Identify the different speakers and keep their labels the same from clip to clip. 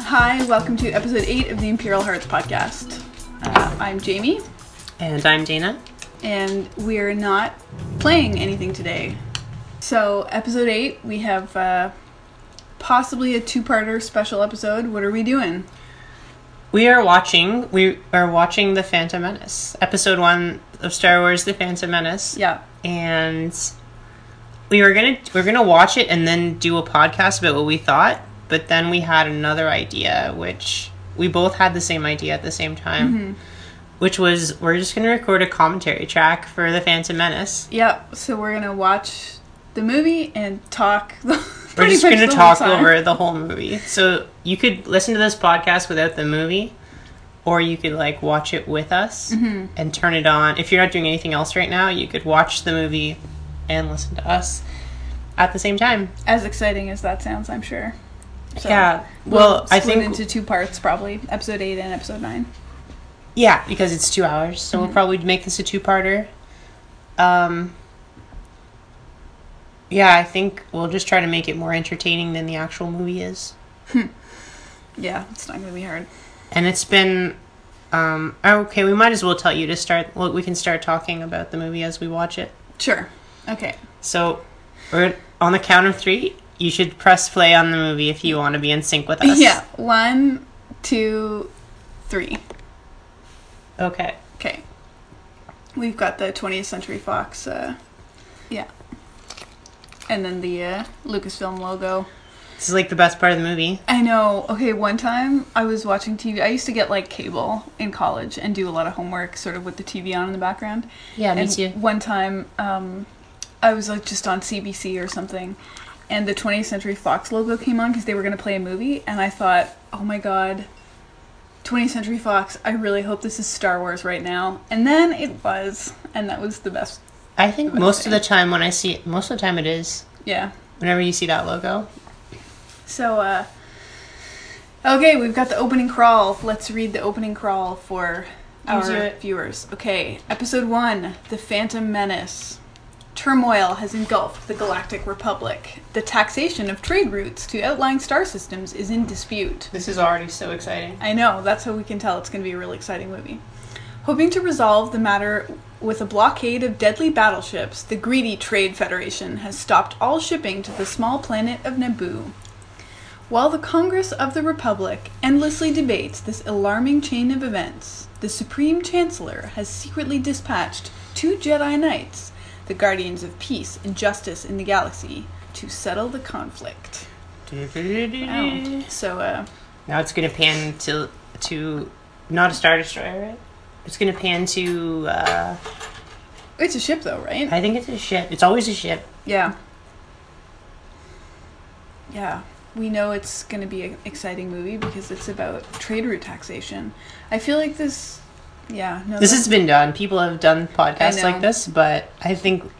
Speaker 1: Hi, welcome to episode 8 of the Imperial Hearts podcast. Uh, I'm Jamie,
Speaker 2: And I'm Dana.
Speaker 1: and we're not playing anything today. So, episode 8, we have uh, possibly a two parter special episode. What are we doing?
Speaker 2: We are watching. We are watching the Phantom Menace, Episode One of Star Wars: The Phantom Menace.
Speaker 1: Yeah.
Speaker 2: And we were gonna we are gonna watch it and then do a podcast about what we thought. But then we had another idea, which we both had the same idea at the same time, which was we're just gonna record a commentary track for the Phantom Menace.
Speaker 1: Yep. So, we're going to watch the movie and talk.
Speaker 2: We're
Speaker 1: pretty
Speaker 2: just
Speaker 1: much
Speaker 2: gonna
Speaker 1: the whole
Speaker 2: talk
Speaker 1: time.
Speaker 2: over the whole movie. So you could listen to this podcast without the movie, or you could like watch it with us
Speaker 1: Mm-hmm.
Speaker 2: and turn it on. If you're not doing anything else right now, you could watch the movie and listen to us at the same time.
Speaker 1: As exciting as that sounds, I'm sure. So,
Speaker 2: yeah. Well, I
Speaker 1: split
Speaker 2: think
Speaker 1: into two parts probably episode 8 and episode 9.
Speaker 2: yeah, because it's two hours, so
Speaker 1: Mm-hmm.
Speaker 2: we'll probably make this a two-parter. Um. Yeah, I think we'll just try to make it more entertaining than the actual movie is.
Speaker 1: Yeah, it's not going to be hard.
Speaker 2: and it's been um oh, okay we might as well tell you to start well, we can start talking about the movie as we watch it
Speaker 1: Sure. Okay.
Speaker 2: so we're on the count of three you should press play on the movie if you want to be in sync with us
Speaker 1: Yeah, one, two, three.
Speaker 2: okay
Speaker 1: Okay. We've got the 20th Century Fox, uh, yeah. And then the uh, Lucasfilm logo.
Speaker 2: this is like the best part of the movie
Speaker 1: I know. Okay, one time I was watching TV. I used to get like cable in college and do a lot of homework sort of with the TV on in the background.
Speaker 2: yeah
Speaker 1: and One time, um, I was like just on CBC or something, and the 20th Century Fox logo came on because they were going to play a movie, and I thought, oh my god, 20th Century Fox, I really hope this is Star Wars right now. And then it was, and that was the best.
Speaker 2: i think most of the time when i see it most of the time it is
Speaker 1: Yeah.
Speaker 2: whenever you see that logo
Speaker 1: So, uh, okay, we've got the opening crawl. Let's read the opening crawl for
Speaker 2: You do
Speaker 1: our
Speaker 2: it.
Speaker 1: viewers. Okay, episode one The Phantom Menace. Turmoil has engulfed the Galactic Republic. The taxation of trade routes to outlying star systems is in dispute.
Speaker 2: this is already so exciting
Speaker 1: I know, that's how we can tell it's going to be a really exciting movie. Hoping to resolve the matter with a blockade of deadly battleships, the greedy Trade Federation has stopped all shipping to the small planet of Naboo. While the Congress of the Republic endlessly debates this alarming chain of events, the Supreme Chancellor has secretly dispatched two Jedi Knights, the guardians of peace and justice in the galaxy, to settle the conflict.
Speaker 2: Eh.
Speaker 1: Wow. So, uh,
Speaker 2: Now it's gonna pan to to not a star destroyer, right? It's gonna pan to. Uh,
Speaker 1: it's a ship though, right?
Speaker 2: I think it's a ship. It's always a ship.
Speaker 1: Yeah. Yeah. We know it's going to be an exciting movie because it's about trade route taxation. I feel like this. Yeah. No,
Speaker 2: This
Speaker 1: that-
Speaker 2: has been done. People have done podcasts
Speaker 1: know.
Speaker 2: like this, but I think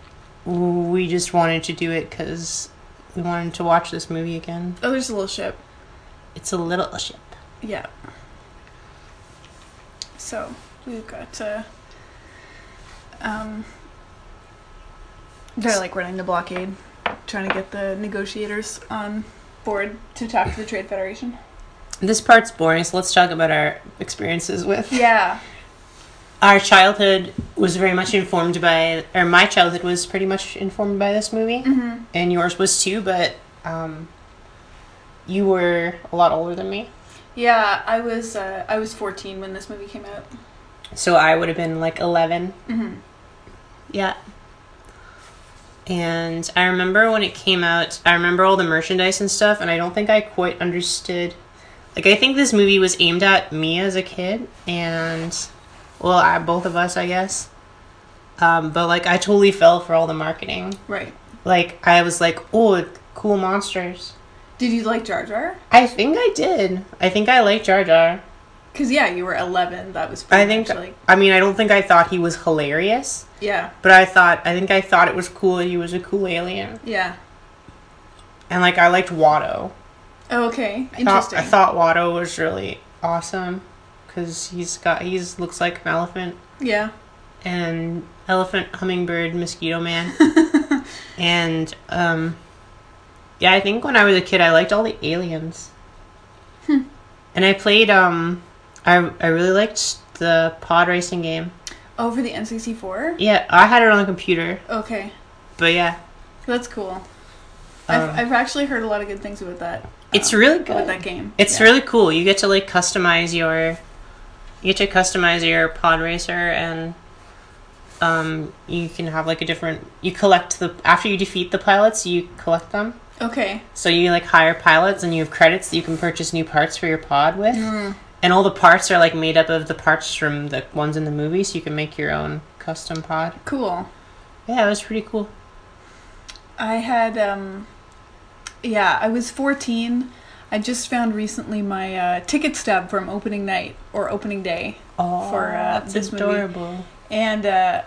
Speaker 2: we just wanted to do it because we wanted to watch this movie again.
Speaker 1: Oh, there's a little ship.
Speaker 2: It's a little ship.
Speaker 1: Yeah. So we've got. Uh, um, they're like running the blockade, trying to get the negotiators on board to talk to the Trade Federation.
Speaker 2: This part's boring, so let's talk about our experiences with.
Speaker 1: Yeah.
Speaker 2: Our childhood was very much informed by, or my childhood was pretty much informed by this movie.
Speaker 1: Mm-hmm.
Speaker 2: and yours was too, but um, you were a lot older than me.
Speaker 1: Yeah, I was uh, I was 14 when this movie came out.
Speaker 2: So I would have been like 11.
Speaker 1: Mm-hmm.
Speaker 2: Yeah. And I remember when it came out, I remember all the merchandise and stuff, and I don't think I quite understood. Like, I think this movie was aimed at me as a kid, and, well, I, both of us, I guess. Um, but, like, I totally fell for all the marketing.
Speaker 1: Right.
Speaker 2: Like, I was like, oh, cool monsters.
Speaker 1: Did you like Jar Jar?
Speaker 2: I think I did. I think I liked Jar Jar.
Speaker 1: Because yeah, you were 11. That was pretty
Speaker 2: I think.
Speaker 1: much like
Speaker 2: I mean, I don't think I thought he was hilarious,
Speaker 1: yeah,
Speaker 2: but I thought. I think I thought it was cool that he was a cool alien,
Speaker 1: yeah.
Speaker 2: and like I liked Watto.
Speaker 1: Oh, okay,
Speaker 2: I thought,
Speaker 1: interesting.
Speaker 2: I thought Watto was really awesome because he's got he's looks like an elephant
Speaker 1: yeah,
Speaker 2: and elephant hummingbird mosquito man, and um, yeah, I think when I was a kid I liked all the aliens. And I played. Um, I I really liked the pod racing game.
Speaker 1: Oh, for the N64?
Speaker 2: Yeah, I had it on the computer,
Speaker 1: Okay.
Speaker 2: but yeah,
Speaker 1: That's cool.
Speaker 2: Um,
Speaker 1: I've, I've actually heard a lot of good things about that.
Speaker 2: it's really good.
Speaker 1: With that game.
Speaker 2: It's
Speaker 1: Yeah.
Speaker 2: really cool. You get to like customize your you get to customize your pod racer and um you can have like a different you collect the after you defeat the pilots, you collect them.
Speaker 1: Okay.
Speaker 2: So you like hire pilots and you have credits that you can purchase new parts for your pod with.
Speaker 1: Mm,
Speaker 2: And all the parts are like made up of the parts from the ones in the movie so you can make your own custom pod.
Speaker 1: Cool.
Speaker 2: Yeah, it was pretty cool.
Speaker 1: I had, um, yeah, I was 14. I just found recently my uh, ticket stub from opening night or opening day.
Speaker 2: Oh,
Speaker 1: For, uh,
Speaker 2: that's
Speaker 1: this movie.
Speaker 2: adorable.
Speaker 1: And uh,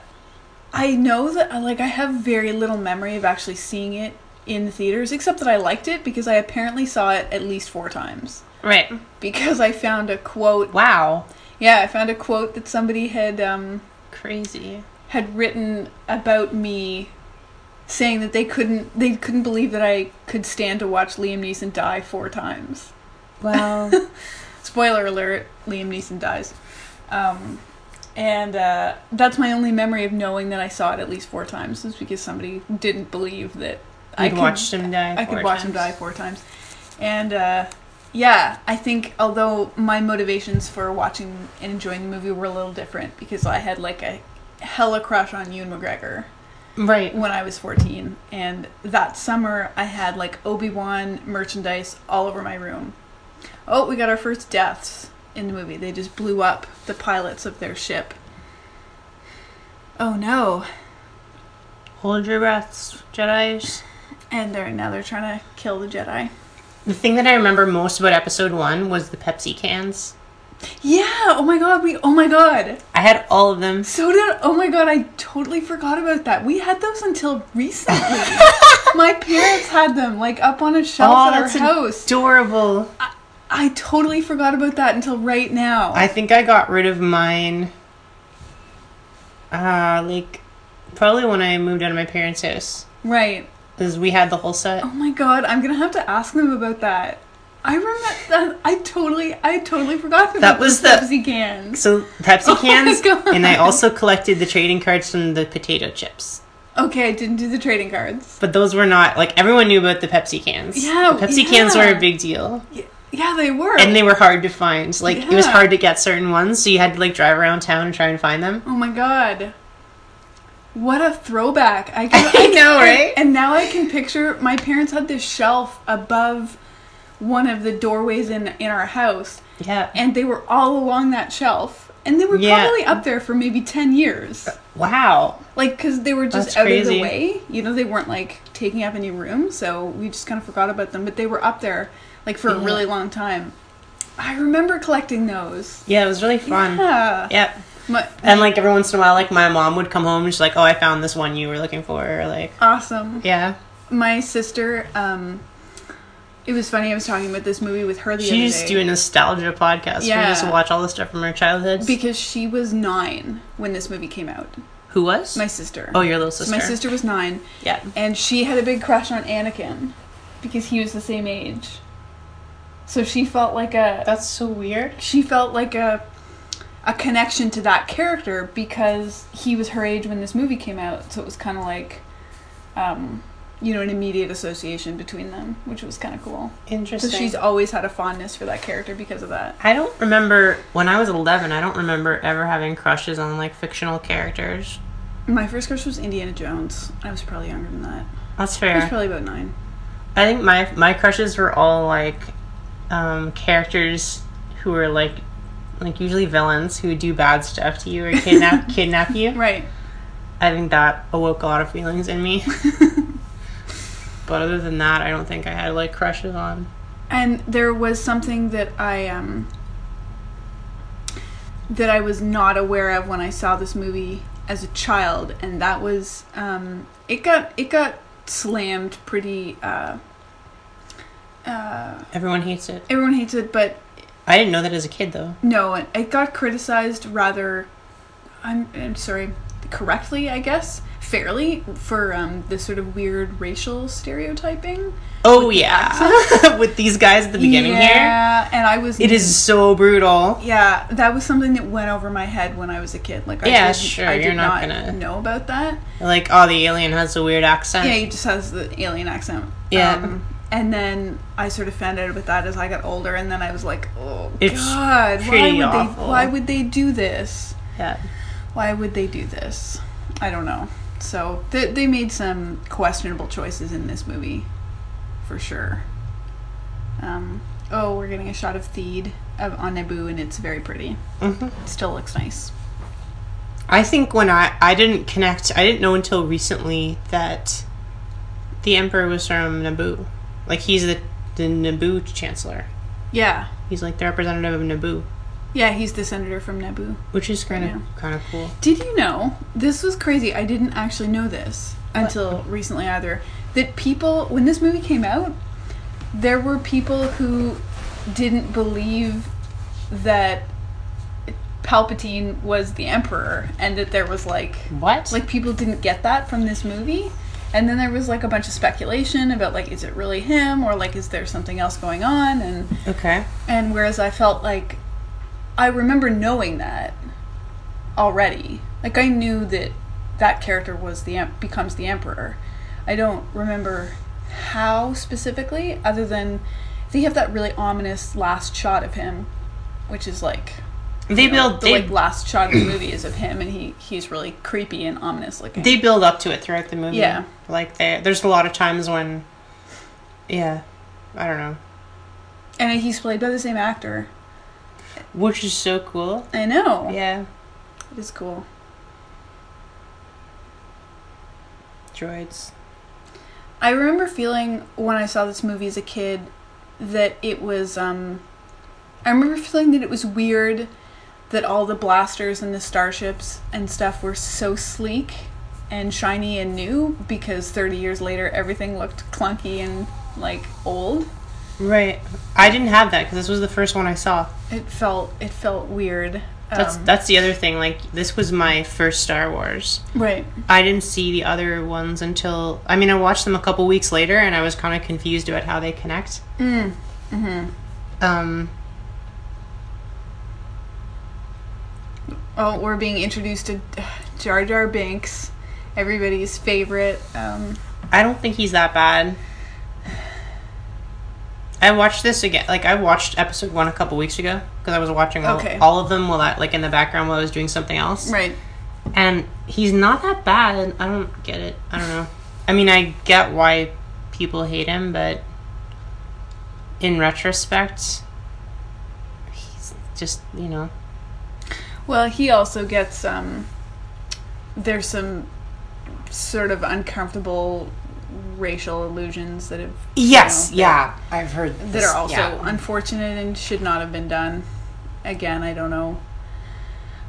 Speaker 1: I know that, uh, like, I have very little memory of actually seeing it in the theaters, except that I liked it because I apparently saw it at least four times.
Speaker 2: Right.
Speaker 1: Because I found a quote.
Speaker 2: Wow.
Speaker 1: Yeah, I found a quote that somebody had, um,
Speaker 2: Crazy.
Speaker 1: had written about me saying that they couldn't they couldn't believe that I could stand to watch Liam Neeson die four times.
Speaker 2: Wow.
Speaker 1: Spoiler alert, Liam Neeson dies. Um and uh, that's my only memory of knowing that I saw it at least four times is because somebody didn't believe that I
Speaker 2: I'd
Speaker 1: could
Speaker 2: watched him die.
Speaker 1: I could
Speaker 2: four
Speaker 1: watch him die
Speaker 2: times.
Speaker 1: four times. And uh, yeah, I think although my motivations for watching and enjoying the movie were a little different because I had like a hella crush on Ewan McGregor
Speaker 2: Right.
Speaker 1: when I was 14. And that summer, I had like Obi Wan merchandise all over my room. Oh, we got our first deaths in the movie. They just blew up the pilots of their ship. Oh no.
Speaker 2: Hold your breaths, Jedi's.
Speaker 1: And they're now they're trying to kill the Jedi.
Speaker 2: The thing that I remember most about episode one was the Pepsi cans.
Speaker 1: Yeah, oh my god, we oh my god.
Speaker 2: I had all of them.
Speaker 1: So did oh my god, I totally forgot about that. We had those until recently. my parents had them like up on a shelf
Speaker 2: Oh,
Speaker 1: at our
Speaker 2: that's
Speaker 1: house.
Speaker 2: adorable.
Speaker 1: I totally forgot about that until right now.
Speaker 2: I think I got rid of mine. Uh, like probably when I moved out of my parents' house,
Speaker 1: right.
Speaker 2: because we had the whole set.
Speaker 1: Oh my god, I'm gonna have to ask them about that. I remember. I totally, I totally forgot about
Speaker 2: That was
Speaker 1: those
Speaker 2: the-
Speaker 1: Pepsi cans.
Speaker 2: So Pepsi
Speaker 1: Oh my
Speaker 2: cans,
Speaker 1: God.
Speaker 2: and I also collected the trading cards from the potato chips.
Speaker 1: Okay, I didn't do the trading cards.
Speaker 2: But those were not like everyone knew about the Pepsi cans.
Speaker 1: Yeah,
Speaker 2: the Pepsi cans were
Speaker 1: yeah.
Speaker 2: a big deal.
Speaker 1: Y- Yeah, they were.
Speaker 2: and they were hard to find. Like it was
Speaker 1: Yeah.
Speaker 2: hard to get certain ones, so you had to like drive around town and try and find them.
Speaker 1: Oh my god. What a throwback. I, can,
Speaker 2: I know,
Speaker 1: and-
Speaker 2: right?
Speaker 1: And, now I can picture my parents had this shelf above one of the doorways in in our house
Speaker 2: Yeah.
Speaker 1: and they were all along that shelf and they were
Speaker 2: Yeah.
Speaker 1: probably up there for maybe 10 years.
Speaker 2: Wow.
Speaker 1: Like cuz they were just
Speaker 2: That's
Speaker 1: out of
Speaker 2: crazy.
Speaker 1: the way. You know, they weren't like taking up any room, so we just kind of forgot about them, but they were up there like for a
Speaker 2: Yeah.
Speaker 1: really long time. I remember collecting those.
Speaker 2: Yeah, it was really fun. Yeah.
Speaker 1: Yeah. My-
Speaker 2: And like every once in a while, like my mom would come home and she's like, "Oh, I found this one you were looking for." Or like,
Speaker 1: awesome.
Speaker 2: yeah,
Speaker 1: my sister um it was funny i was talking about this movie with her the
Speaker 2: she used
Speaker 1: other
Speaker 2: to
Speaker 1: day
Speaker 2: do a nostalgia podcast. Yeah.
Speaker 1: Yeah.
Speaker 2: We just watch all the stuff from her childhood.
Speaker 1: because she was nine when this movie came out
Speaker 2: Who was?
Speaker 1: my sister
Speaker 2: oh, your little
Speaker 1: So
Speaker 2: sister.
Speaker 1: my sister was nine
Speaker 2: Yeah.
Speaker 1: and she had a big crush on anakin because he was the same age so she felt like a
Speaker 2: That's so weird.
Speaker 1: she felt like a a connection to that character because he was her age when this movie came out, so it was kind of like, um, you know, an immediate association between them, which was kind of cool. So
Speaker 2: Interesting.
Speaker 1: she's always had a fondness for that character because of that.
Speaker 2: I don't remember when I was 11. I don't remember ever having crushes on like fictional characters.
Speaker 1: My first crush was Indiana Jones. I was probably younger than that.
Speaker 2: That's
Speaker 1: I was
Speaker 2: fair.
Speaker 1: probably about nine.
Speaker 2: I think my my crushes were all like um, characters who were like like usually villains who would do bad stuff to you or kidnap kidnap you.
Speaker 1: Right.
Speaker 2: I think that awoke a lot of feelings in me. but other than that, I don't think I had like crushes on.
Speaker 1: And there was something that I um that I was not aware of when I saw this movie as a child, and that was um it got it got slammed pretty uh uh
Speaker 2: Everyone hates it.
Speaker 1: everyone hates it, but
Speaker 2: I didn't know that as a kid though.
Speaker 1: No, it- it got criticized rather. I'm, I'm sorry. correctly, I guess, fairly for um, this sort of weird racial stereotyping.
Speaker 2: Oh yeah, with these guys at the beginning here,
Speaker 1: yeah, and I was
Speaker 2: it is so brutal.
Speaker 1: Yeah, that was something that went over my head when I was a kid. Like, I
Speaker 2: Yeah,
Speaker 1: didn't-
Speaker 2: sure,
Speaker 1: I did
Speaker 2: you're
Speaker 1: not
Speaker 2: not gonna-
Speaker 1: know about that.
Speaker 2: Like, oh, the alien has a weird accent.
Speaker 1: Yeah, he just has the alien accent. Um,
Speaker 2: Yeah.
Speaker 1: and then I sort of found out about that as I got older, and then I was like, oh
Speaker 2: It's
Speaker 1: god, why
Speaker 2: pretty
Speaker 1: would
Speaker 2: awful.
Speaker 1: they? Why would they do this?
Speaker 2: yeah.
Speaker 1: Why would they do this? I don't know. So they they made some questionable choices in this movie, for sure. Um, oh, we're getting a shot of Theed of, on Naboo, and it's very pretty.
Speaker 2: hmm
Speaker 1: It still looks nice.
Speaker 2: I think when I I didn't connect, I didn't know until recently that the Emperor was from Naboo. Like he's the the Naboo Chancellor.
Speaker 1: Yeah,
Speaker 2: He's like the representative of Naboo,
Speaker 1: yeah, he's the senator from Naboo.
Speaker 2: which is kind of
Speaker 1: Yeah.
Speaker 2: kind of cool.
Speaker 1: Did you know? This was crazy. I didn't actually know this until recently either. That people, when this movie came out, there were people who didn't believe that Palpatine was the Emperor and that there was like.
Speaker 2: What?
Speaker 1: Like people didn't get that from this movie. And then there was like a bunch of speculation about like is it really him or like is there something else going on and
Speaker 2: okay.
Speaker 1: and whereas I felt like I remember knowing that already. Like I knew that that character was the em- becomes the emperor. I don't remember how specifically other than they have that really ominous last shot of him which is like
Speaker 2: They
Speaker 1: you know,
Speaker 2: build
Speaker 1: the
Speaker 2: they,
Speaker 1: like last shot of the movie is of him and he he's really creepy and ominous looking.
Speaker 2: they build up to it throughout the movie.
Speaker 1: Yeah.
Speaker 2: Like they, there's a lot of times when yeah, I don't know.
Speaker 1: and he's played by the same actor.
Speaker 2: Which is so cool.
Speaker 1: I know.
Speaker 2: Yeah.
Speaker 1: It is cool.
Speaker 2: Droids.
Speaker 1: I remember feeling when I saw this movie as a kid that it was um I remember feeling that it was weird that all the blasters and the starships and stuff were so sleek and shiny and new because 30 years later everything looked clunky and like old.
Speaker 2: Right. I didn't have that cuz this was the first one I saw.
Speaker 1: It felt it felt weird.
Speaker 2: That's
Speaker 1: Um,
Speaker 2: that's the other thing. Like this was my first Star Wars.
Speaker 1: right.
Speaker 2: I didn't see the other ones until I mean I watched them a couple weeks later, and I was kind of confused about how they connect. Mm.
Speaker 1: mm-hmm.
Speaker 2: Hmm. Um.
Speaker 1: Oh, we're being introduced to Jar Jar Binks, everybody's favorite um
Speaker 2: I don't think he's that bad. I watched this again. Like I watched episode one a couple weeks ago because I was watching all,
Speaker 1: Okay.
Speaker 2: all of them while I, like in the background while I was doing something else.
Speaker 1: right
Speaker 2: And he's not that bad. I don't get it. I don't know. I mean, I get why people hate him, but in retrospect, he's just you know.
Speaker 1: Well, he also gets um there's some sort of uncomfortable racial illusions that have you know,
Speaker 2: yeah, I've heard
Speaker 1: that, are also unfortunate and should not have been done. Again, I don't know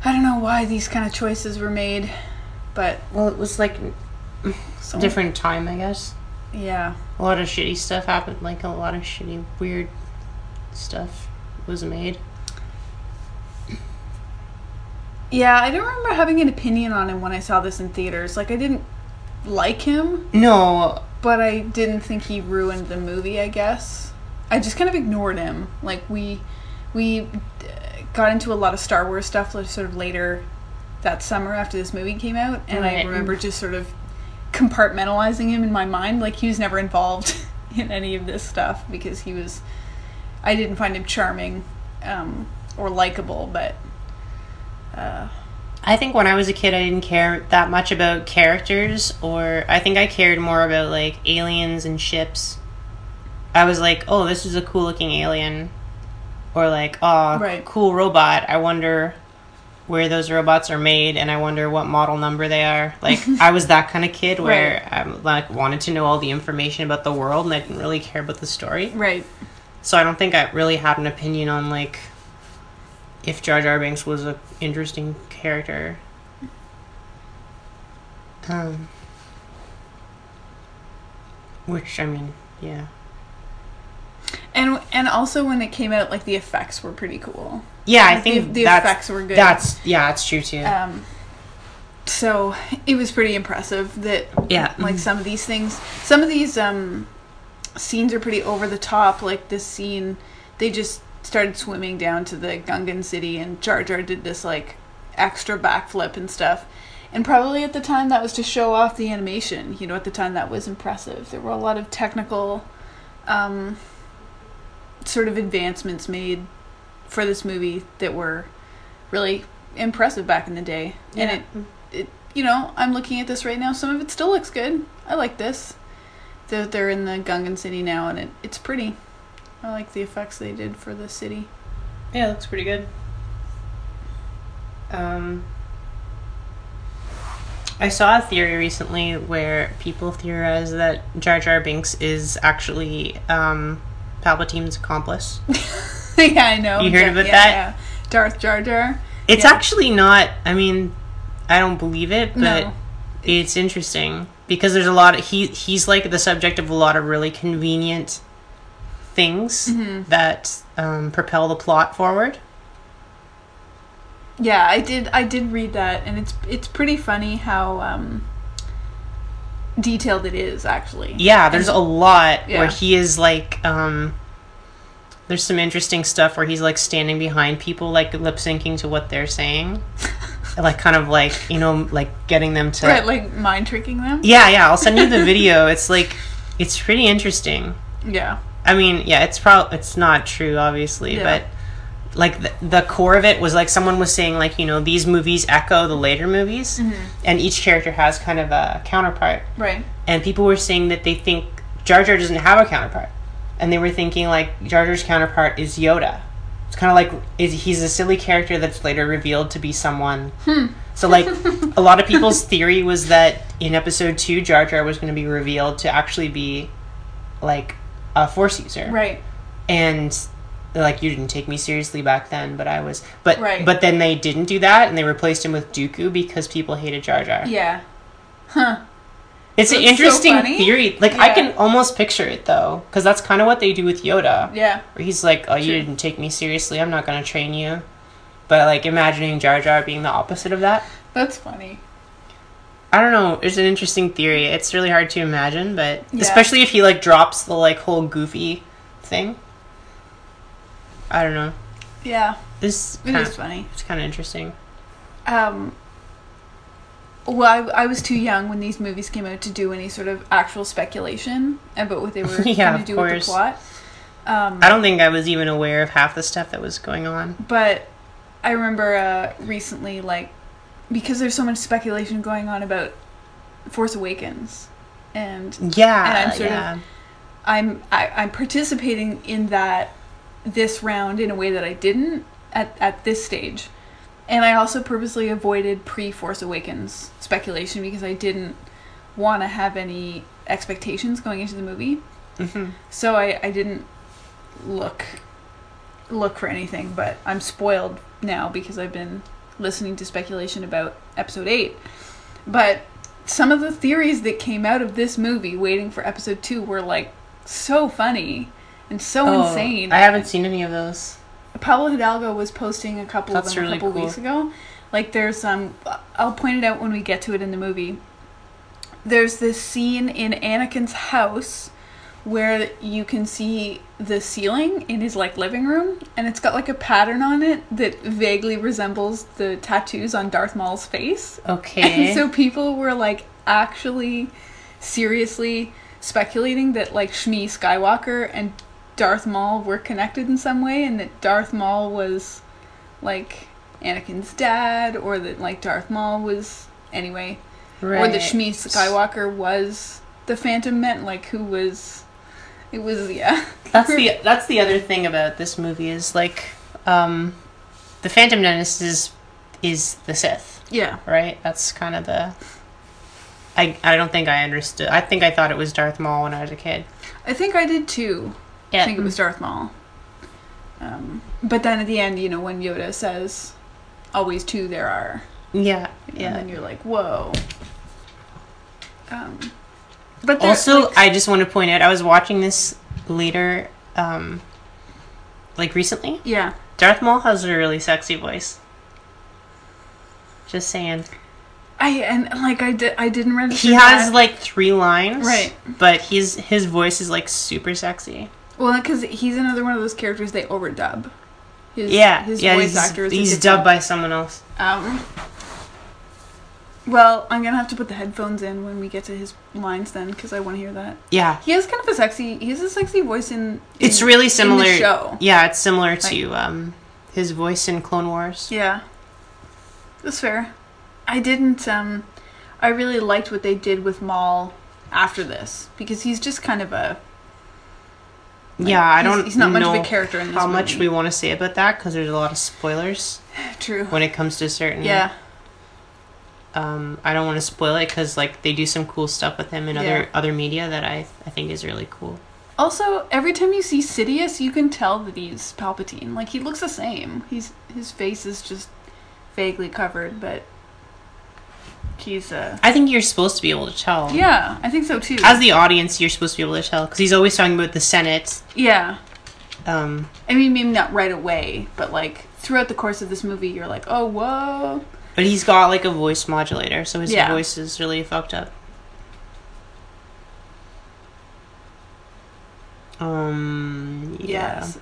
Speaker 1: I don't know why these kind of choices were made, but
Speaker 2: well, it was like
Speaker 1: so,
Speaker 2: different time, I guess.
Speaker 1: Yeah.
Speaker 2: A lot of shitty stuff happened. Like a lot of shitty, weird stuff was made.
Speaker 1: Yeah, I don't remember having an opinion on him when I saw this in theaters. Like I didn't like him,
Speaker 2: No,
Speaker 1: but I didn't think he ruined the movie. I guess I just kind of ignored him. Like we we uh, got into a lot of Star Wars stuff like, sort of later that summer after this movie came out, and I
Speaker 2: Right.
Speaker 1: remember just sort of compartmentalizing him in my mind. Like he was never involved in any of this stuff because he was. I didn't find him charming um, or likable, but. Uh,
Speaker 2: I think when I was a kid, I didn't care that much about characters, or I think I cared more about like aliens and ships. I was like, oh, this is a cool looking alien, or like, oh,
Speaker 1: Right.
Speaker 2: cool robot. I wonder where those robots are made, and I wonder what model number they are. Like, I was that kind of kid where I like wanted to know all the information about the world, and I didn't really care about the story.
Speaker 1: right.
Speaker 2: So I don't think I really had an opinion on like if Jar Jar Binks was an interesting character. Um, which I mean, yeah,
Speaker 1: And and also when it came out, like the effects were pretty cool.
Speaker 2: yeah. I
Speaker 1: The-
Speaker 2: think
Speaker 1: the
Speaker 2: that's,
Speaker 1: effects were good. Uh,
Speaker 2: That's yeah, that's true too.
Speaker 1: Um, So it was pretty impressive that
Speaker 2: Yeah. mm-hmm.
Speaker 1: like some of these things some of these um scenes are pretty over the top like this scene they just started swimming down to the gungan city and jar jar did this like extra backflip and stuff and probably at the time that was to show off the animation you know at the time that was impressive there were a lot of technical um sort of advancements made for this movie that were really impressive back in the day and it it, you know, I'm looking at this right now. Some of it still looks good. I like this. They're, they're in the Gungan city now, and it, it's pretty. I like the effects they did for the city.
Speaker 2: Yeah, looks pretty good. Um, I saw a theory recently where people theorize that Jar Jar Binks is actually um, Palpatine's accomplice.
Speaker 1: yeah, I know.
Speaker 2: You heard about
Speaker 1: yeah,
Speaker 2: that?
Speaker 1: Yeah. Darth Jar Jar.
Speaker 2: It's
Speaker 1: Yeah.
Speaker 2: actually not. I mean, I don't believe it, but
Speaker 1: No.
Speaker 2: it's interesting because there's a lot of he. He's like the subject of a lot of really convenient things
Speaker 1: Mm-hmm.
Speaker 2: that um, propel the plot forward.
Speaker 1: Yeah, I did. I did read that, and it's it's pretty funny how um, detailed it is actually.
Speaker 2: Yeah, there's a lot
Speaker 1: Yeah.
Speaker 2: where he is like um there's some interesting stuff where he's like standing behind people like lip syncing to what they're saying. like kind of like, you know, like getting them to
Speaker 1: Right, like mind tricking them.
Speaker 2: Yeah, yeah, I'll send you the video. It's like it's pretty interesting.
Speaker 1: Yeah.
Speaker 2: I mean, yeah, it's probably it's not true, obviously,
Speaker 1: Yeah.
Speaker 2: but like the, the core of it was like someone was saying like you know these movies echo the later movies,
Speaker 1: Mm-hmm.
Speaker 2: and each character has kind of a counterpart,
Speaker 1: Right.
Speaker 2: and people were saying that they think Jar Jar doesn't have a counterpart, and they were thinking like Jar Jar's counterpart is Yoda. It's kind of like is he's a silly character that's later revealed to be someone.
Speaker 1: Hmm.
Speaker 2: So like a lot of people's theory was that in episode two, Jar Jar was going to be revealed to actually be like a Force user,
Speaker 1: Right.
Speaker 2: and they're like you didn't take me seriously back then, but I was. But
Speaker 1: Right.
Speaker 2: but then they didn't do that, and they replaced him with Dooku because people hated Jar Jar.
Speaker 1: Yeah.
Speaker 2: It's an
Speaker 1: That's so
Speaker 2: interesting
Speaker 1: funny.
Speaker 2: theory. Like I
Speaker 1: Yeah.
Speaker 2: can almost picture it though, because that's kind of what they do with Yoda.
Speaker 1: Yeah.
Speaker 2: Where he's like, "Oh, you
Speaker 1: True.
Speaker 2: didn't take me seriously. I'm not gonna train you." But like imagining Jar Jar being the opposite of that,
Speaker 1: That's funny.
Speaker 2: I don't know. It's an interesting theory. It's really hard to imagine, but
Speaker 1: Yeah.
Speaker 2: especially if he like drops the like whole goofy thing. I don't know.
Speaker 1: Yeah.
Speaker 2: This
Speaker 1: It
Speaker 2: kind
Speaker 1: is
Speaker 2: of,
Speaker 1: funny.
Speaker 2: it's kind of interesting.
Speaker 1: um well I, I was too young when these movies came out to do any sort of actual speculation about what they were
Speaker 2: Yeah,
Speaker 1: going to
Speaker 2: of
Speaker 1: do with
Speaker 2: course.
Speaker 1: the plot um,
Speaker 2: I don't think I was even aware of half the stuff that was going on.
Speaker 1: but i remember uh, recently like because there's so much speculation going on about force awakens and
Speaker 2: Yeah,
Speaker 1: And I'm sort of-
Speaker 2: yeah.
Speaker 1: I'm I, I'm participating in that this round in a way that I didn't at at this stage, and I also purposely avoided pre Force Awakens speculation because I didn't want to have any expectations going into the movie.
Speaker 2: Mhm.
Speaker 1: So I I didn't look look for anything, but I'm spoiled now because I've been listening to speculation about episode 8. But some of the theories that came out of this movie waiting for episode 2 were like so funny and so
Speaker 2: Oh,
Speaker 1: insane.
Speaker 2: I haven't seen any of those.
Speaker 1: Pablo Hidalgo was posting a couple
Speaker 2: That's
Speaker 1: of them
Speaker 2: really
Speaker 1: a couple
Speaker 2: cool.
Speaker 1: weeks ago. Like there's um I'll point it out when we get to it in the movie. There's this scene in Anakin's house where you can see the ceiling in his like living room and it's got like a pattern on it that vaguely resembles the tattoos on Darth Maul's face.
Speaker 2: Okay.
Speaker 1: And so people were like actually seriously speculating that like Shmi Skywalker and Darth Maul were connected in some way and that Darth Maul was like Anakin's dad or that like Darth Maul was anyway or that Shmi Skywalker was the Phantom Menace like who was it was yeah
Speaker 2: That's the that's the other thing about this movie is like, um, the Phantom Menace is is the Sith,
Speaker 1: yeah
Speaker 2: right? That's kind of the. I I don't think I understood. I think I thought it was Darth Maul when I was a kid.
Speaker 1: I think I did too I think it was Darth Maul. Um, but then at the end, you know, when Yoda says, "Always two there are,"
Speaker 2: Yeah,
Speaker 1: and
Speaker 2: yeah.
Speaker 1: then you're like, "Whoa." Um, but there-
Speaker 2: Also,
Speaker 1: like-
Speaker 2: I just want to point out I was watching this later, um, like recently.
Speaker 1: yeah,
Speaker 2: Darth Maul has a really sexy voice. Just saying.
Speaker 1: I and like I did I didn't register.
Speaker 2: He has
Speaker 1: that.
Speaker 2: like three lines,
Speaker 1: Right.
Speaker 2: But he's his voice is like super sexy.
Speaker 1: well because he's another one of those characters they overdub. His,
Speaker 2: Yeah,
Speaker 1: his
Speaker 2: yeah.
Speaker 1: voice
Speaker 2: he's
Speaker 1: actor is a
Speaker 2: he's
Speaker 1: different-
Speaker 2: dubbed by someone else.
Speaker 1: Um, well, I'm gonna have to put the headphones in when we get to his lines then, because I want to hear that.
Speaker 2: Yeah,
Speaker 1: He has kind of a sexy. He has a sexy voice in.
Speaker 2: it's
Speaker 1: in-
Speaker 2: really similar.
Speaker 1: In the show.
Speaker 2: Yeah, it's similar to um his voice in Clone Wars.
Speaker 1: Yeah, that's fair. I didn't. Um, I really liked what they did with Maul after this because he's just kind of a. like,
Speaker 2: yeah, I
Speaker 1: he's-
Speaker 2: don't.
Speaker 1: He's not much
Speaker 2: know
Speaker 1: of a character in this
Speaker 2: How much we
Speaker 1: movie.
Speaker 2: want to say about that because there's a lot of spoilers
Speaker 1: True.
Speaker 2: when it comes to certain.
Speaker 1: Yeah.
Speaker 2: Um, I don't want to spoil it because like they do some cool stuff with him in
Speaker 1: Yeah.
Speaker 2: other other media that I I think is really cool.
Speaker 1: Also, every time you see Sidious, you can tell that he's Palpatine. Like he looks the same. He's his face is just vaguely covered, but he's uh
Speaker 2: I think you're supposed to be able to tell.
Speaker 1: yeah, I think so too.
Speaker 2: As the audience, you're supposed to be able to tell because he's always talking about the Senate.
Speaker 1: yeah,
Speaker 2: Um,
Speaker 1: I mean maybe not right away, but like throughout the course of this movie, you're like, oh whoa,
Speaker 2: but he's got like a voice modulator, so his
Speaker 1: Yeah.
Speaker 2: voice is really fucked up. Um. Yeah.
Speaker 1: yes.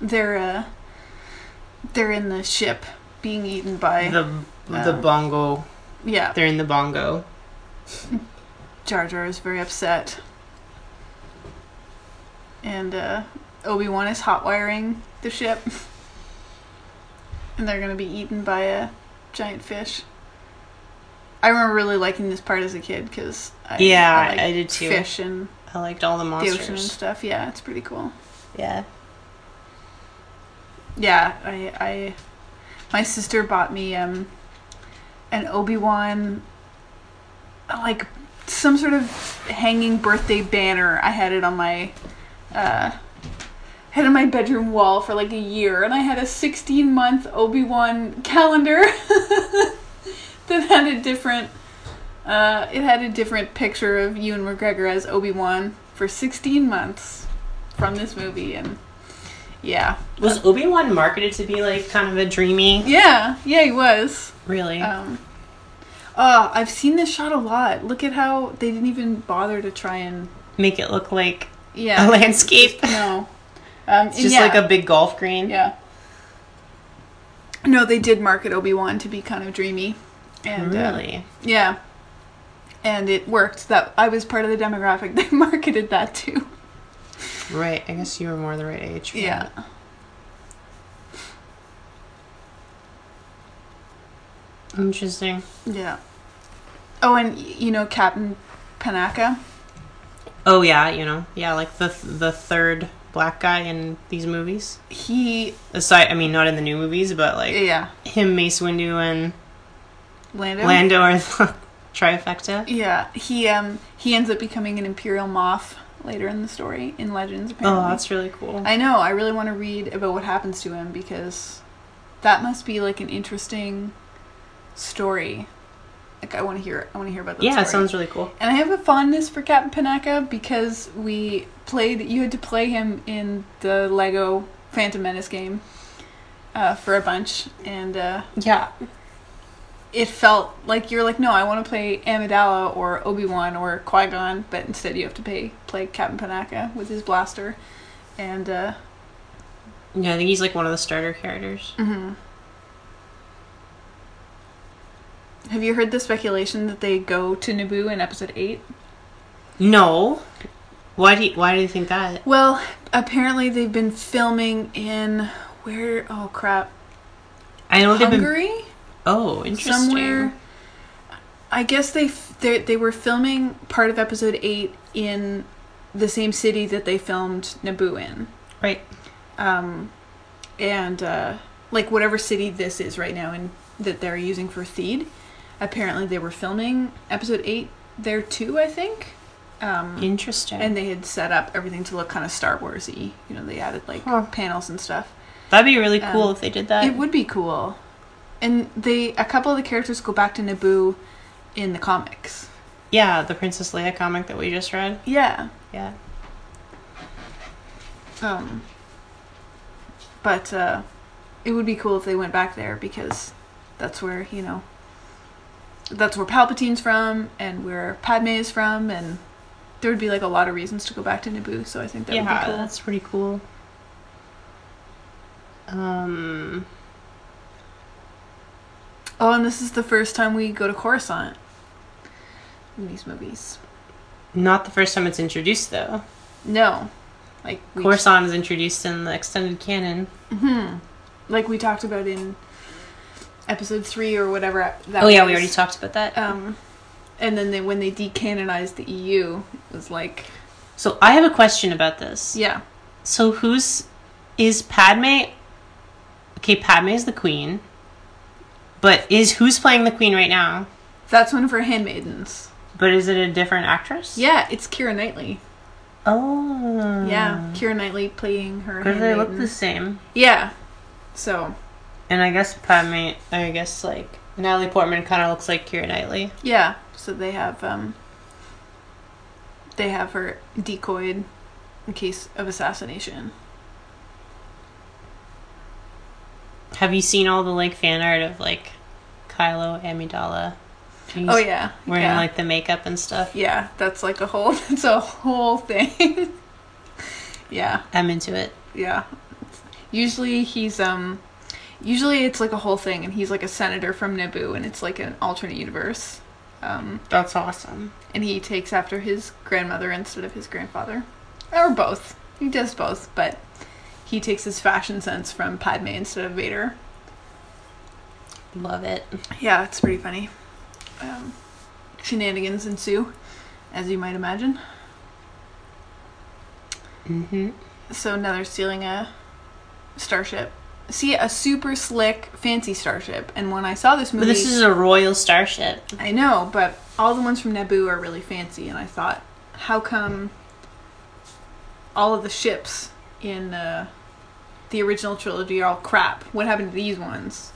Speaker 1: They're uh they're in the ship being eaten by
Speaker 2: The the
Speaker 1: Uh,
Speaker 2: bongo.
Speaker 1: yeah.
Speaker 2: They're in the bongo.
Speaker 1: Jar Jar is very upset. And uh, Obi Wan is hotwiring the ship. And they're going to be eaten by a giant fish. I remember really liking this part as a kid because I,
Speaker 2: Yeah,
Speaker 1: I, like
Speaker 2: I did too.
Speaker 1: fish and
Speaker 2: I liked all the
Speaker 1: the ocean and
Speaker 2: monsters.
Speaker 1: stuff. Yeah, it's pretty cool.
Speaker 2: Yeah.
Speaker 1: Yeah, I, I, my sister bought me um, an Obi Wan, like some sort of hanging birthday banner. I had it on my, uh, had it on my bedroom wall for like a year, and I had a sixteen month Obi Wan calendar that had a different, uh, it had a different picture of Ewan McGregor as Obi Wan for sixteen months from this movie, and yeah.
Speaker 2: Was Obi Wan marketed to be like kind of a dreamy?
Speaker 1: Yeah, yeah, he was.
Speaker 2: Really?
Speaker 1: Um, oh, I've seen this shot a lot. Look at how they didn't even bother to try and
Speaker 2: Make it look like
Speaker 1: yeah
Speaker 2: a landscape.
Speaker 1: No, um,
Speaker 2: It's just like a big golf green.
Speaker 1: yeah. No, they did market Obi Wan to be kind of dreamy, and uh,
Speaker 2: Really?
Speaker 1: yeah, and it worked. That I was part of the demographic they marketed that to.
Speaker 2: Right. I guess you were more the right age. for
Speaker 1: Yeah.
Speaker 2: that. Interesting.
Speaker 1: Yeah. Oh, and y- you know Captain Panaka.
Speaker 2: Oh yeah, you know, yeah, like the the third black guy in these movies.
Speaker 1: He
Speaker 2: Aside, I mean, not in the new movies, but like
Speaker 1: yeah.
Speaker 2: him, Mace Windu, and
Speaker 1: Lando.
Speaker 2: Lando are the trifecta.
Speaker 1: Yeah, he um he ends up becoming an imperial moth later in the story in Legends. Apparently,
Speaker 2: Oh, that's really cool.
Speaker 1: I know. I really want to read about what happens to him because that must be like an interesting story. Like I want to hear. I want to hear about that.
Speaker 2: yeah,
Speaker 1: story.
Speaker 2: it sounds really cool.
Speaker 1: And I have a fondness for Captain Panaka because we played. You had to play him in the Lego Phantom Menace game uh, for a bunch, and uh,
Speaker 2: Yeah,
Speaker 1: it felt like you're like, no, I want to play Amidala or Obi Wan or Qui Gon, but instead you have to pay play Captain Panaka with his blaster, and uh,
Speaker 2: yeah, I think he's like one of the starter characters.
Speaker 1: Mm-hmm. have you heard the speculation that they go to Naboo in Episode Eight?
Speaker 2: No, why do you, why do you think that?
Speaker 1: Well, apparently they've been filming in where? Oh crap,
Speaker 2: I know they've been.
Speaker 1: Hungary.
Speaker 2: Oh, interesting.
Speaker 1: somewhere. I guess they f- they they were filming part of episode eight in the same city that they filmed Naboo in,
Speaker 2: Right.
Speaker 1: Um, and uh, like whatever city this is right now and that they're using for Theed, apparently they were filming episode eight there too. I think. Um,
Speaker 2: Interesting.
Speaker 1: and they had set up everything to look kind of Star Warsy. You know, they added like
Speaker 2: Huh.
Speaker 1: panels and stuff.
Speaker 2: That'd be really cool
Speaker 1: Um,
Speaker 2: if they did that.
Speaker 1: It would be cool. And they a couple of the characters go back to Naboo in the comics.
Speaker 2: yeah, the Princess Leia comic that we just read.
Speaker 1: Yeah.
Speaker 2: Yeah.
Speaker 1: Um but uh it would be cool if they went back there because that's where, you know, that's where Palpatine's from and where Padme is from, and there would be like a lot of reasons to go back to Naboo. So I think that would
Speaker 2: yeah,
Speaker 1: be cool.
Speaker 2: that's pretty cool. Um,
Speaker 1: Oh, and this is the first time we go to Coruscant in these movies.
Speaker 2: not the first time it's introduced though.
Speaker 1: No, like we
Speaker 2: Coruscant is introduced in the extended canon.
Speaker 1: Mm-hmm. like we talked about in episode three or whatever. That
Speaker 2: Oh yeah, we
Speaker 1: was.
Speaker 2: already talked about that.
Speaker 1: Um, and then they when they decanonized the EU, it was like
Speaker 2: so I have a question about this.
Speaker 1: yeah,
Speaker 2: So who's is Padme? Okay, Padme is the queen, but is who's playing the queen right now?
Speaker 1: that's one of her handmaidens.
Speaker 2: But is it a different actress?
Speaker 1: Yeah, it's Kira Knightley.
Speaker 2: Oh.
Speaker 1: Yeah, Kira Knightley playing her.
Speaker 2: Because they look
Speaker 1: handmaiden.
Speaker 2: the same.
Speaker 1: Yeah, so
Speaker 2: And I guess Padme, I guess like Natalie Portman kind of looks like Kira Knightley.
Speaker 1: yeah, so they have um, they have her decoyed in case of assassination.
Speaker 2: Have you seen all the like fan art of like Kylo Amidala? He's
Speaker 1: Oh yeah,
Speaker 2: Wearing
Speaker 1: yeah.
Speaker 2: like the makeup and stuff.
Speaker 1: yeah, that's like a whole that's a whole thing. yeah.
Speaker 2: I'm into it.
Speaker 1: Yeah. Usually he's um usually it's like a whole thing and he's like a senator from Naboo and it's like an alternate universe. Um
Speaker 2: That's awesome.
Speaker 1: and he takes after his grandmother instead of his grandfather. Or both. He does both, but he takes his fashion sense from Padme instead of Vader.
Speaker 2: Love it.
Speaker 1: Yeah, it's pretty funny. Um, shenanigans ensue, as you might imagine.
Speaker 2: hmm
Speaker 1: So now they're stealing a starship. See, a super slick, fancy starship. And when I saw this movie,
Speaker 2: But this is a royal starship.
Speaker 1: I know, but all the ones from Naboo are really fancy, and I thought, how come all of the ships in uh, the original trilogy are all crap? What happened to these ones?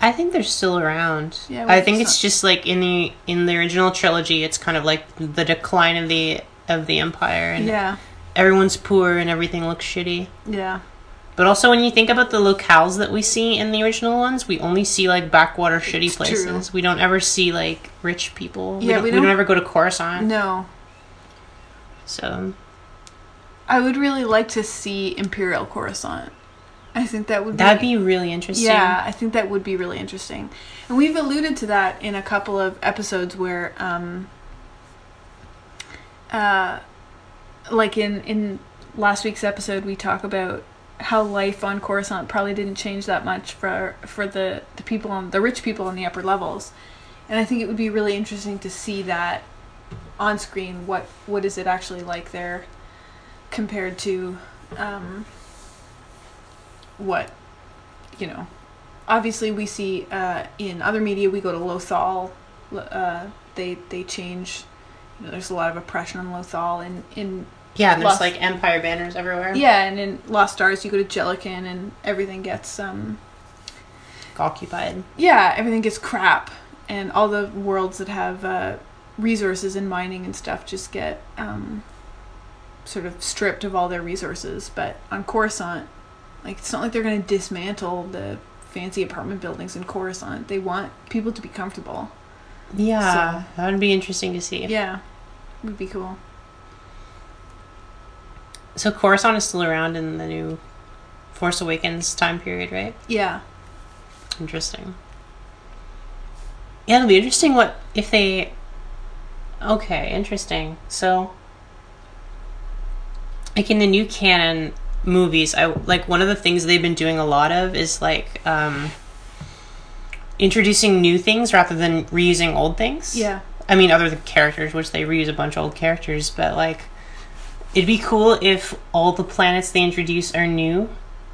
Speaker 2: I think they're still around.
Speaker 1: Yeah, we
Speaker 2: I think
Speaker 1: just
Speaker 2: it's
Speaker 1: saw-
Speaker 2: just like in the in the original trilogy, it's kind of like the decline of the of the empire, and
Speaker 1: Yeah,
Speaker 2: everyone's poor and everything looks shitty.
Speaker 1: yeah,
Speaker 2: But also, when you think about the locales that we see in the original ones, we only see like backwater shitty
Speaker 1: It's true.
Speaker 2: places. We don't ever see like rich people.
Speaker 1: Yeah,
Speaker 2: we, don't,
Speaker 1: we
Speaker 2: we don't
Speaker 1: don't-
Speaker 2: ever go to Coruscant.
Speaker 1: no.
Speaker 2: So
Speaker 1: I would really like to see Imperial Coruscant. I think that would be
Speaker 2: that'd be really interesting.
Speaker 1: Yeah, I think that would be really interesting. And we've alluded to that in a couple of episodes where um uh like in in last week's episode we talk about how life on Coruscant probably didn't change that much for for the the people on the rich people on the upper levels. And I think it would be really interesting to see that on screen what what is it actually like there compared to um what you know, obviously we see uh, in other media we go to Lothal, l- uh, they they change. You know, there's a lot of oppression on Lothal, and in
Speaker 2: yeah. And
Speaker 1: Lost-
Speaker 2: there's like empire banners everywhere.
Speaker 1: yeah, and in Lost Stars you go to Jellikin, and everything gets um
Speaker 2: occupied.
Speaker 1: yeah everything gets crap, and all the worlds that have uh, resources and mining and stuff just get um sort of stripped of all their resources. But on Coruscant, like it's not like they're going to dismantle the fancy apartment buildings in Coruscant. They want people to be comfortable.
Speaker 2: Yeah, that would be interesting to see.
Speaker 1: Yeah, would be cool.
Speaker 2: So Coruscant is still around in the new Force Awakens time period, right?
Speaker 1: Yeah,
Speaker 2: Interesting. Yeah, it'll be interesting what if they Okay, interesting. So like in the new canon movies, I like one of the things they've been doing a lot of is like um introducing new things rather than reusing old things.
Speaker 1: yeah,
Speaker 2: I mean, other than characters, which they reuse a bunch of old characters, but like, it'd be cool if all the planets they introduce are new.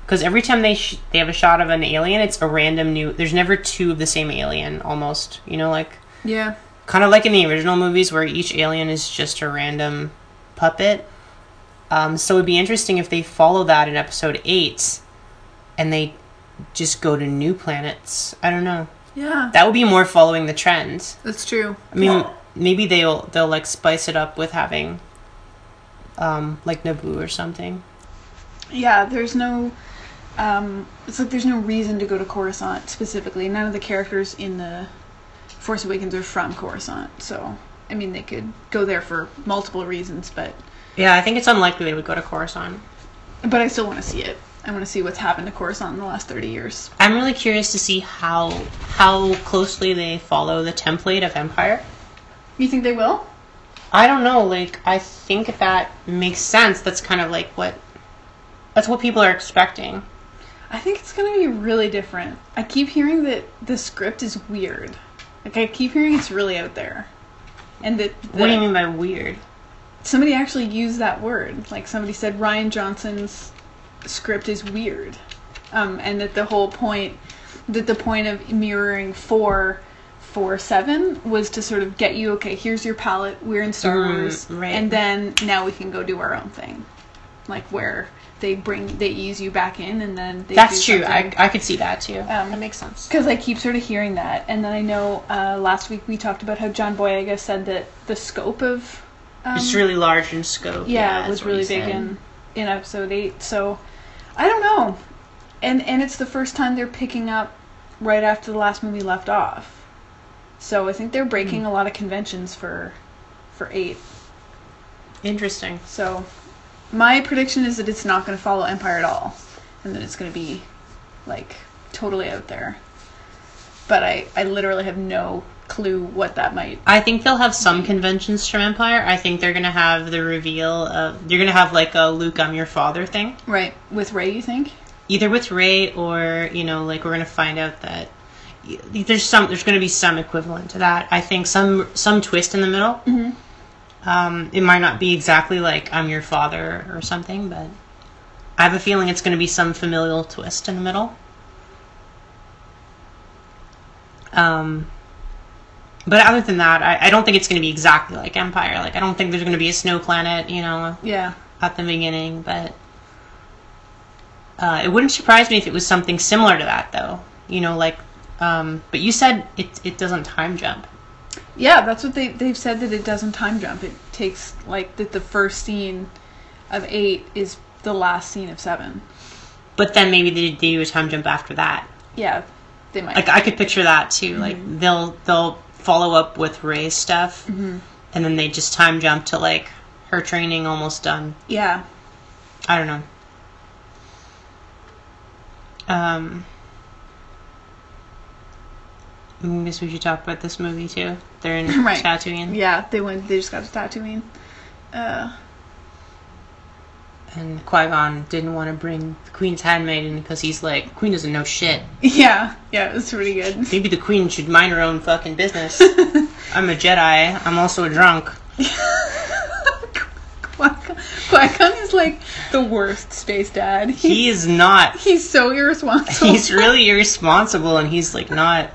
Speaker 2: Because every time they sh- they have a shot of an alien, it's a random new. There's never two of the same alien, almost. You know, like
Speaker 1: yeah,
Speaker 2: kind of like in the original movies, where each alien is just a random puppet. Um, so it'd be interesting if they follow that in episode eight, and they just go to new planets. I don't know.
Speaker 1: yeah.
Speaker 2: That would be more following the trend.
Speaker 1: That's true.
Speaker 2: I mean, maybe they'll they'll like spice it up with having, um, like Naboo or something.
Speaker 1: Yeah, there's no. Um, it's like there's no reason to go to Coruscant specifically. None of the characters in the Force Awakens are from Coruscant, so I mean they could go there for multiple reasons, but
Speaker 2: Yeah, I think it's unlikely they would go to Coruscant.
Speaker 1: but I still want to see it. I want to see what's happened to Coruscant in the last thirty years.
Speaker 2: I'm really curious to see how how closely they follow the template of Empire.
Speaker 1: You think they will?
Speaker 2: I don't know. Like, I think that makes sense. That's kind of like what that's what people are expecting.
Speaker 1: I think it's going to be really different. I keep hearing that the script is weird. Like I keep hearing it's really out there, and that the,
Speaker 2: What do you mean by weird?
Speaker 1: somebody actually used that word. Like somebody said Ryan Johnson's script is weird, um, and that the whole point, that the point of mirroring four, four seven was to sort of get you okay. Here's your palette. We're in Star
Speaker 2: Mm,
Speaker 1: Wars,
Speaker 2: right.
Speaker 1: and then now we can go do our own thing, like where they bring they ease you back in, and then they
Speaker 2: That's
Speaker 1: do
Speaker 2: true. I,
Speaker 1: something.
Speaker 2: I could see that too.
Speaker 1: Um,
Speaker 2: that makes sense.
Speaker 1: Because I keep sort of hearing that, and then I know uh, last week we talked about how John Boyega said that the scope of um,
Speaker 2: it's really large in scope.
Speaker 1: yeah, it
Speaker 2: that's
Speaker 1: was
Speaker 2: what he
Speaker 1: really big
Speaker 2: said.
Speaker 1: in in episode eight. So I don't know, and and it's the first time they're picking up right after the last movie left off. So I think they're breaking a lot of conventions for for eight.
Speaker 2: Interesting.
Speaker 1: So my prediction is that it's not going to follow Empire at all, and that it's going to be like totally out there. But I I literally have no clue what that might.
Speaker 2: I think they'll have some conventions from Empire. I think they're gonna have the reveal of you're gonna have like a Luke, I'm your father thing,
Speaker 1: Right with Ray, you think?
Speaker 2: either with Ray or you know like we're gonna find out that y- there's some there's gonna be some equivalent to that. I think some some twist in the middle. Um, it might not be exactly like I'm your father or something, but I have a feeling it's gonna be some familial twist in the middle. Um, but other than that, I, I don't think it's going to be exactly like Empire. Like, I don't think there's going to be a snow planet, you know,
Speaker 1: Yeah.
Speaker 2: at the beginning. But uh, it wouldn't surprise me if it was something similar to that, though. You know, like, um, but you said it it doesn't time jump.
Speaker 1: Yeah, that's what they they've said that it doesn't time jump. It takes like that the first scene of eight is the last scene of seven.
Speaker 2: But then maybe they, they do a time jump after that.
Speaker 1: Yeah, they might.
Speaker 2: Like, I could picture that too. Like, they'll they'll follow up with Ray's stuff, and then they just time jump to like her training almost done.
Speaker 1: yeah,
Speaker 2: I don't know. Um, I guess we should talk about this movie too. They're in
Speaker 1: Right.
Speaker 2: Tatooine,
Speaker 1: yeah. They went. They just got to Tatooine. Uh,
Speaker 2: and Qui Gon didn't want to bring the Queen's handmaiden because he's like, Queen doesn't know shit.
Speaker 1: yeah, yeah. It was pretty good.
Speaker 2: Maybe the Queen should mind her own fucking business. I'm a Jedi. I'm also a drunk.
Speaker 1: Qui-Gon Qui-Gon is like the worst space dad. He,
Speaker 2: He is not.
Speaker 1: he's so irresponsible.
Speaker 2: He's really irresponsible, and he's like not.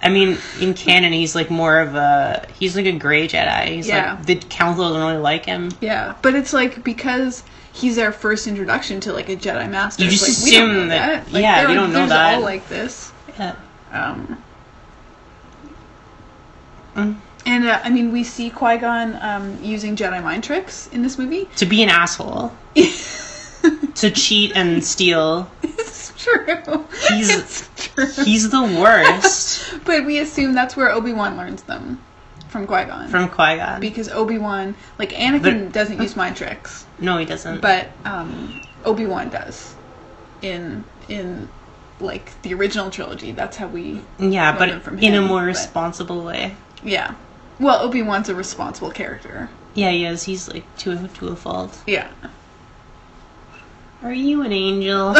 Speaker 2: I mean, in canon, he's like more of a. He's like a gray Jedi. He's
Speaker 1: Yeah.
Speaker 2: like the council doesn't really like him.
Speaker 1: yeah, but it's like because he's our first introduction to like a Jedi master.
Speaker 2: You
Speaker 1: it's
Speaker 2: just
Speaker 1: like, we don't
Speaker 2: assume
Speaker 1: know
Speaker 2: that-
Speaker 1: Like,
Speaker 2: yeah,
Speaker 1: they're-
Speaker 2: we don't know
Speaker 1: there's
Speaker 2: that.
Speaker 1: All like this. Um,
Speaker 2: Mm.
Speaker 1: And uh, I mean, we see Qui Gon um, using Jedi mind tricks in this movie.
Speaker 2: To be an asshole, to cheat and steal,
Speaker 1: it's true.
Speaker 2: He's-
Speaker 1: it's true.
Speaker 2: he's the worst
Speaker 1: but we assume that's where Obi Wan learns them from Qui Gon.
Speaker 2: from Qui Gon.
Speaker 1: because Obi Wan, like Anakin, doesn't use mind tricks,
Speaker 2: No, he doesn't.
Speaker 1: but um, Obi Wan does. In in like the original trilogy, that's how we
Speaker 2: yeah,
Speaker 1: no, no,
Speaker 2: but
Speaker 1: from
Speaker 2: in a
Speaker 1: him,
Speaker 2: more
Speaker 1: but-
Speaker 2: responsible way.
Speaker 1: yeah. Well, Obi Wan's a responsible character.
Speaker 2: Yeah, he is. He's like to a, to a fault.
Speaker 1: Yeah.
Speaker 2: Are you an angel?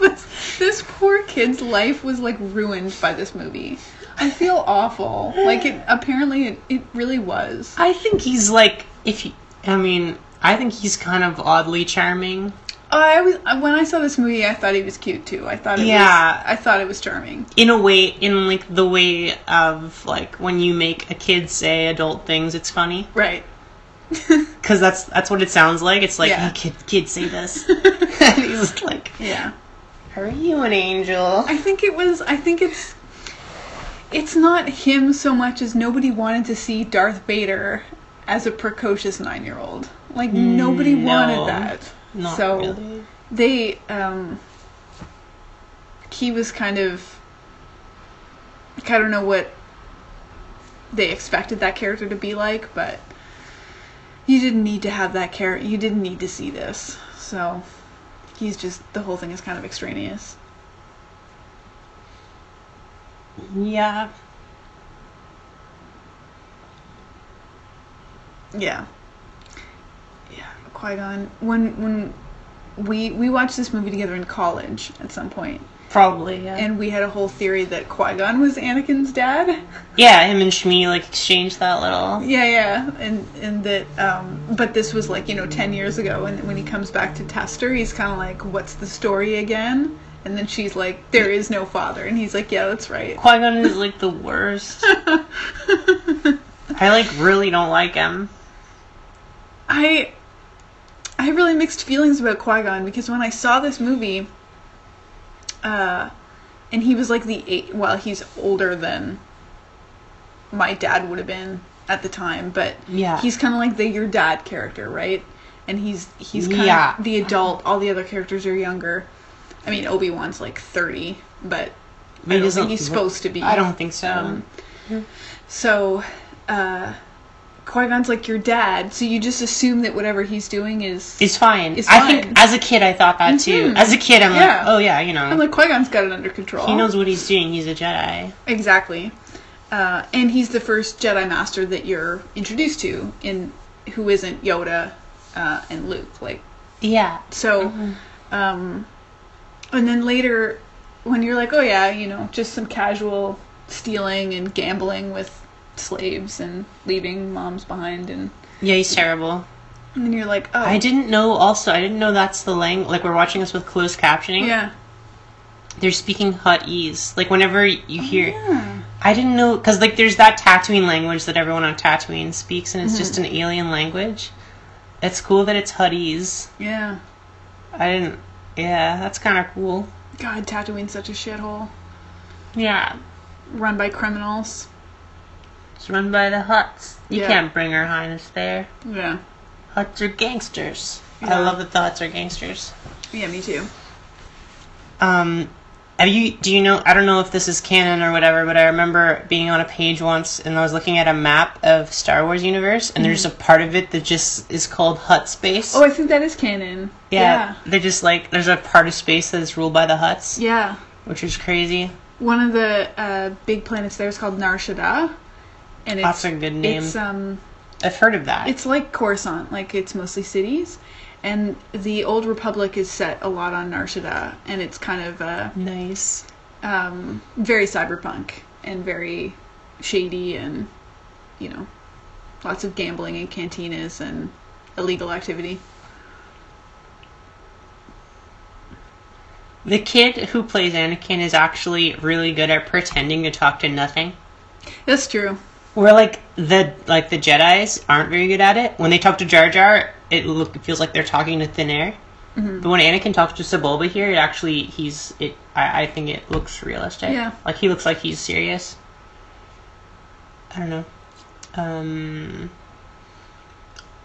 Speaker 1: this, this poor kid's life was like ruined by this movie. I feel awful. Like it apparently it, it really was.
Speaker 2: I think he's like if he, I mean, I think he's kind of oddly charming.
Speaker 1: I was when I saw this movie, I thought he was cute too. I thought it
Speaker 2: Yeah.
Speaker 1: was, I thought it was charming.
Speaker 2: in a way in like the way of like when you make a kid say adult things it's funny
Speaker 1: Right.
Speaker 2: because that's that's what it sounds like it's like
Speaker 1: Yeah.
Speaker 2: hey kid kid say this and he's like
Speaker 1: Yeah.
Speaker 2: are you an angel
Speaker 1: I think it was. I think it's. It's not him so much as nobody wanted to see Darth Vader as a precocious nine-year-old. Like nobody
Speaker 2: Mm, no.
Speaker 1: wanted that.
Speaker 2: not
Speaker 1: so
Speaker 2: really
Speaker 1: they um he was kind of Like, I don't know what they expected that character to be like, but you didn't need to have that character. You didn't need to see this. So he's just the whole thing is kind of extraneous.
Speaker 2: Yeah.
Speaker 1: Yeah. Yeah, Qui Gon. When when we we watched this movie together in college at some point,
Speaker 2: Probably, yeah.
Speaker 1: and we had a whole theory that Qui Gon was Anakin's dad.
Speaker 2: yeah, him and Shmi like exchanged that little.
Speaker 1: Yeah, yeah, and and that, um, but this was like you know ten years ago, and when he comes back to test her, he's kind of like, "What's the story again?" And then she's like, "There is no father," and he's like, "Yeah, that's right."
Speaker 2: Qui Gon is like the worst. I like really don't like him.
Speaker 1: I I have really mixed feelings about Qui Gon because when I saw this movie, uh, and he was like the eight. Well, he's older than my dad would have been at the time, but
Speaker 2: Yeah.
Speaker 1: he's kind of like the your dad character, right? And he's he's kind of
Speaker 2: Yeah.
Speaker 1: the adult. All the other characters are younger. I mean, Obi Wan's like thirty, but I
Speaker 2: He
Speaker 1: don't
Speaker 2: doesn't
Speaker 1: think he's
Speaker 2: look-
Speaker 1: supposed to be.
Speaker 2: I don't think so.
Speaker 1: Um, so, uh, Qui Gon's like your dad, so you just assume that whatever he's doing is.
Speaker 2: it's fine.
Speaker 1: it's
Speaker 2: I think
Speaker 1: fine.
Speaker 2: as a kid I thought that too.
Speaker 1: Mhm.
Speaker 2: As a kid I'm
Speaker 1: Yeah.
Speaker 2: like, oh yeah, you know,
Speaker 1: I'm like Qui Gon's got it under control.
Speaker 2: he knows what he's doing. He's a Jedi.
Speaker 1: exactly, uh, and he's the first Jedi Master that you're introduced to, in who isn't Yoda uh, and Luke. Like
Speaker 2: Yeah.
Speaker 1: so,
Speaker 2: Mm-hmm.
Speaker 1: um, and then later when you're like, oh yeah, you know, just some casual stealing and gambling with slaves and leaving moms behind, and,
Speaker 2: Yeah, he's terrible.
Speaker 1: and then you're like, oh,
Speaker 2: I didn't know also, I didn't know that's the language. Like, we're watching this with closed captioning.
Speaker 1: yeah.
Speaker 2: They're speaking Huttese. Like, whenever you hear.
Speaker 1: Oh, Yeah.
Speaker 2: I didn't know. Because, like, there's that Tatooine language that everyone on Tatooine speaks, and it's
Speaker 1: Mm-hmm.
Speaker 2: just an alien language. It's cool that it's Huttese.
Speaker 1: Yeah.
Speaker 2: I didn't. Yeah, that's kind of cool.
Speaker 1: God, Tatooine's such a shithole.
Speaker 2: Yeah.
Speaker 1: Run by criminals.
Speaker 2: It's run by the Huts. You
Speaker 1: Yeah.
Speaker 2: can't bring Her Highness there.
Speaker 1: Yeah.
Speaker 2: Huts are gangsters.
Speaker 1: Yeah.
Speaker 2: I love that the Huts are gangsters.
Speaker 1: Yeah, me too.
Speaker 2: Um, have you? Do you know? I don't know if this is canon or whatever, but I remember being on a page once and I was looking at a map of Star Wars universe, and there's a part of it that just is called Hut space.
Speaker 1: Mm-hmm. Oh, I think that is canon.
Speaker 2: They're just like there's a part of space that is ruled by the Huts,
Speaker 1: Yeah. Yeah.
Speaker 2: which is crazy.
Speaker 1: One of the uh, big planets there is called Nar Shaddaa, and it's
Speaker 2: That's a good name.
Speaker 1: it's um
Speaker 2: I've heard of that.
Speaker 1: it's like Coruscant, like it's mostly cities, and the Old Republic is set a lot on Nar Shaddaa, and it's kind of uh,
Speaker 2: nice.
Speaker 1: um, very cyberpunk and very shady and you know lots of gambling and cantinas and illegal activity.
Speaker 2: The kid who plays Anakin is actually really good at pretending to talk to nothing.
Speaker 1: That's true.
Speaker 2: Where like the like the Jedi's aren't very good at it. When they talk to Jar Jar, it look it feels like they're talking to thin air.
Speaker 1: Mm-hmm.
Speaker 2: But when Anakin talks to Sebulba here, it actually he's it. I, I think it looks realistic.
Speaker 1: Yeah.
Speaker 2: like he looks like he's serious. I don't know. Um.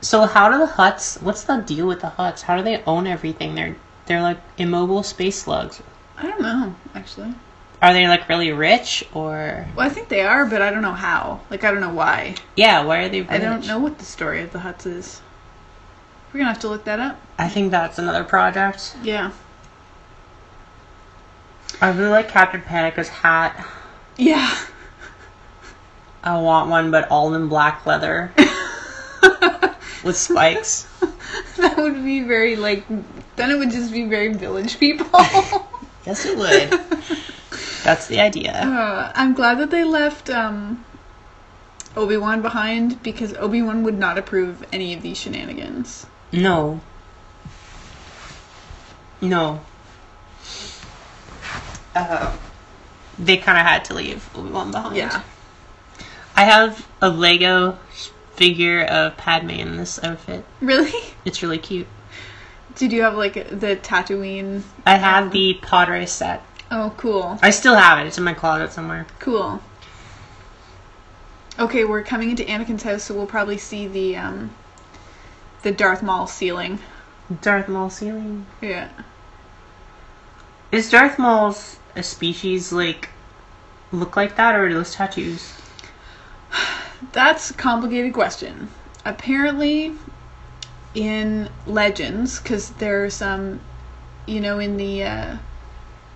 Speaker 2: So how do the Huts? What's the deal with the Huts? How do they own everything? They're they're like immobile space slugs.
Speaker 1: I don't know actually.
Speaker 2: Are they like really rich or?
Speaker 1: Well, I think they are, but I don't know how. Like, I don't know why.
Speaker 2: Yeah, why are they? Rich?
Speaker 1: I don't know what the story of the huts is. We're gonna have to look that up.
Speaker 2: I think that's another project.
Speaker 1: Yeah.
Speaker 2: I really like Captain Panica's hat.
Speaker 1: Yeah.
Speaker 2: I want one, but all in black leather with spikes.
Speaker 1: That would be very, like, then it would just be very village people.
Speaker 2: Yes, it would. That's the idea.
Speaker 1: uh, I'm glad that they left um, Obi Wan behind because Obi Wan would not approve any of these shenanigans.
Speaker 2: No. No. Uh, they kind of had to leave Obi-Wan behind.
Speaker 1: Yeah.
Speaker 2: I have a Lego figure of Padme in this outfit.
Speaker 1: Really?
Speaker 2: It's really cute.
Speaker 1: Did you have, like, the Tatooine?
Speaker 2: I have the Padre set.
Speaker 1: Oh, cool.
Speaker 2: I still have it. It's in my closet somewhere.
Speaker 1: Cool. Okay, we're coming into Anakin's house, so we'll probably see the um, the Darth Maul ceiling.
Speaker 2: Darth Maul ceiling.
Speaker 1: Yeah.
Speaker 2: Is Darth Maul's a species like look like that, or those tattoos?
Speaker 1: That's a complicated question. Apparently, in Legends, because there's um, you know, in the uh,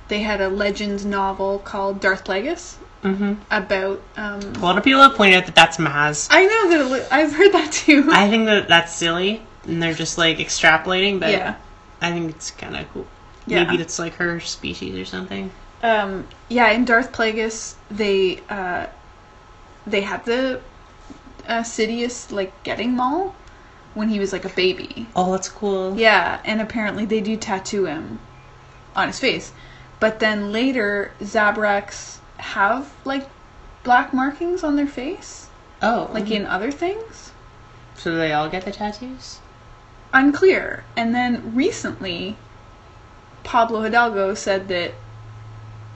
Speaker 1: they had a Legends novel called Darth Plagueis
Speaker 2: Mm-hmm.
Speaker 1: about um.
Speaker 2: A lot of people have pointed out that that's Maz.
Speaker 1: I know that it li- I've heard that too.
Speaker 2: I think that that's silly, and they're just like extrapolating. But
Speaker 1: yeah.
Speaker 2: I think it's kind of cool.
Speaker 1: Yeah.
Speaker 2: Maybe that's like her species or something.
Speaker 1: Um, yeah, in Darth Plagueis, they uh, they had the uh, Sidious like getting Maul when he was like a baby.
Speaker 2: Oh, that's cool.
Speaker 1: Yeah, and apparently they do tattoo him on his face, but then later Zabraks have like black markings on their face,
Speaker 2: Oh,
Speaker 1: like
Speaker 2: like
Speaker 1: in other things.
Speaker 2: so they all get the tattoos.
Speaker 1: unclear. And then recently, Pablo Hidalgo said that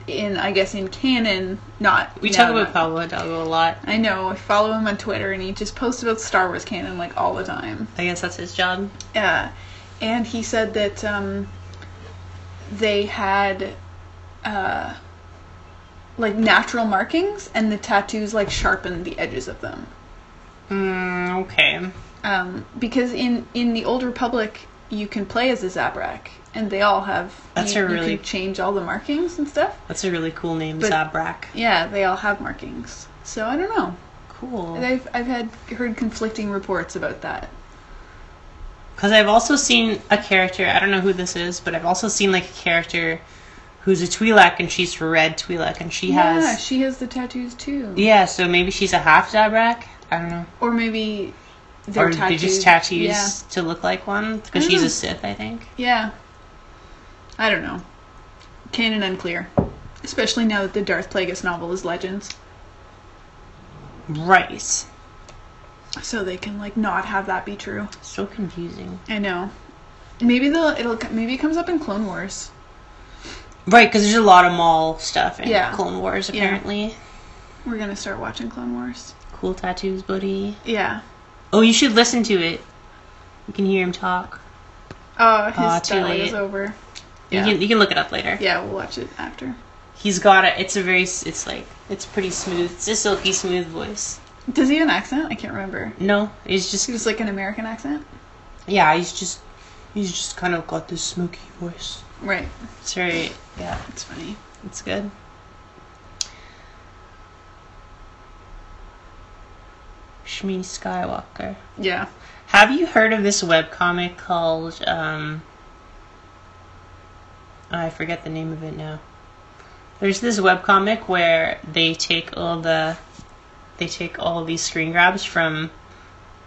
Speaker 1: in I guess in canon, not
Speaker 2: We
Speaker 1: no,
Speaker 2: talk about
Speaker 1: not-
Speaker 2: Pablo Hidalgo a lot.
Speaker 1: I know I follow him on Twitter, and he just posts about Star Wars canon like all the time.
Speaker 2: I guess that's his job.
Speaker 1: Yeah, and he said that um, they had uh, like natural markings, and the tattoos like sharpened the edges of them.
Speaker 2: Mm, okay.
Speaker 1: um, because in in the old republic you can play as a zabrak and they all have
Speaker 2: That's
Speaker 1: you,
Speaker 2: a really-
Speaker 1: you can change all the markings and stuff
Speaker 2: That's a really cool name,
Speaker 1: But-
Speaker 2: Zabrak.
Speaker 1: yeah they all have markings so i don't know
Speaker 2: Cool.
Speaker 1: i've, I've had heard conflicting reports about that
Speaker 2: Because I've also seen a character, I don't know who this is, but I've also seen like a character who's a Twi'lek and she's red Twi'lek and she
Speaker 1: yeah
Speaker 2: has.
Speaker 1: she has the tattoos too
Speaker 2: Yeah, so maybe she's a half Zabrak? I don't know.
Speaker 1: or maybe they're
Speaker 2: or
Speaker 1: tattoos
Speaker 2: they just tattoos
Speaker 1: yeah Mm.
Speaker 2: to look like one? Because
Speaker 1: I
Speaker 2: she's
Speaker 1: dunno.
Speaker 2: a Sith, I think.
Speaker 1: yeah i don't know canon unclear especially now that the darth plagueis novel is legends
Speaker 2: Right.
Speaker 1: so they can like not have that be true
Speaker 2: So confusing.
Speaker 1: I know. Maybe they'll it'll maybe it comes up in Clone Wars.
Speaker 2: Right, because there's a lot of Maul stuff in
Speaker 1: Yeah.
Speaker 2: Clone Wars,
Speaker 1: Yeah.
Speaker 2: apparently.
Speaker 1: We're gonna start watching Clone Wars.
Speaker 2: Cool tattoos, buddy.
Speaker 1: Yeah.
Speaker 2: Oh, you should listen to it. You can hear him talk.
Speaker 1: Oh, his
Speaker 2: Aw, too
Speaker 1: dialogue is
Speaker 2: late.
Speaker 1: over. Yeah.
Speaker 2: You, can, you can look it up later.
Speaker 1: yeah, we'll watch it after.
Speaker 2: He's got a, it's a very, s- it's like, it's pretty smooth. It's a silky smooth voice.
Speaker 1: Does he have an accent? I can't remember.
Speaker 2: No, he's just
Speaker 1: He was like an American accent,
Speaker 2: yeah, he's just he's just kind of got this smoky voice.
Speaker 1: right?
Speaker 2: It's very yeah,
Speaker 1: It's funny.
Speaker 2: it's good. Shmi Skywalker.
Speaker 1: Yeah.
Speaker 2: Have you heard of this webcomic called um oh, I forget the name of it now. There's this webcomic where they take all the they take all these screen grabs from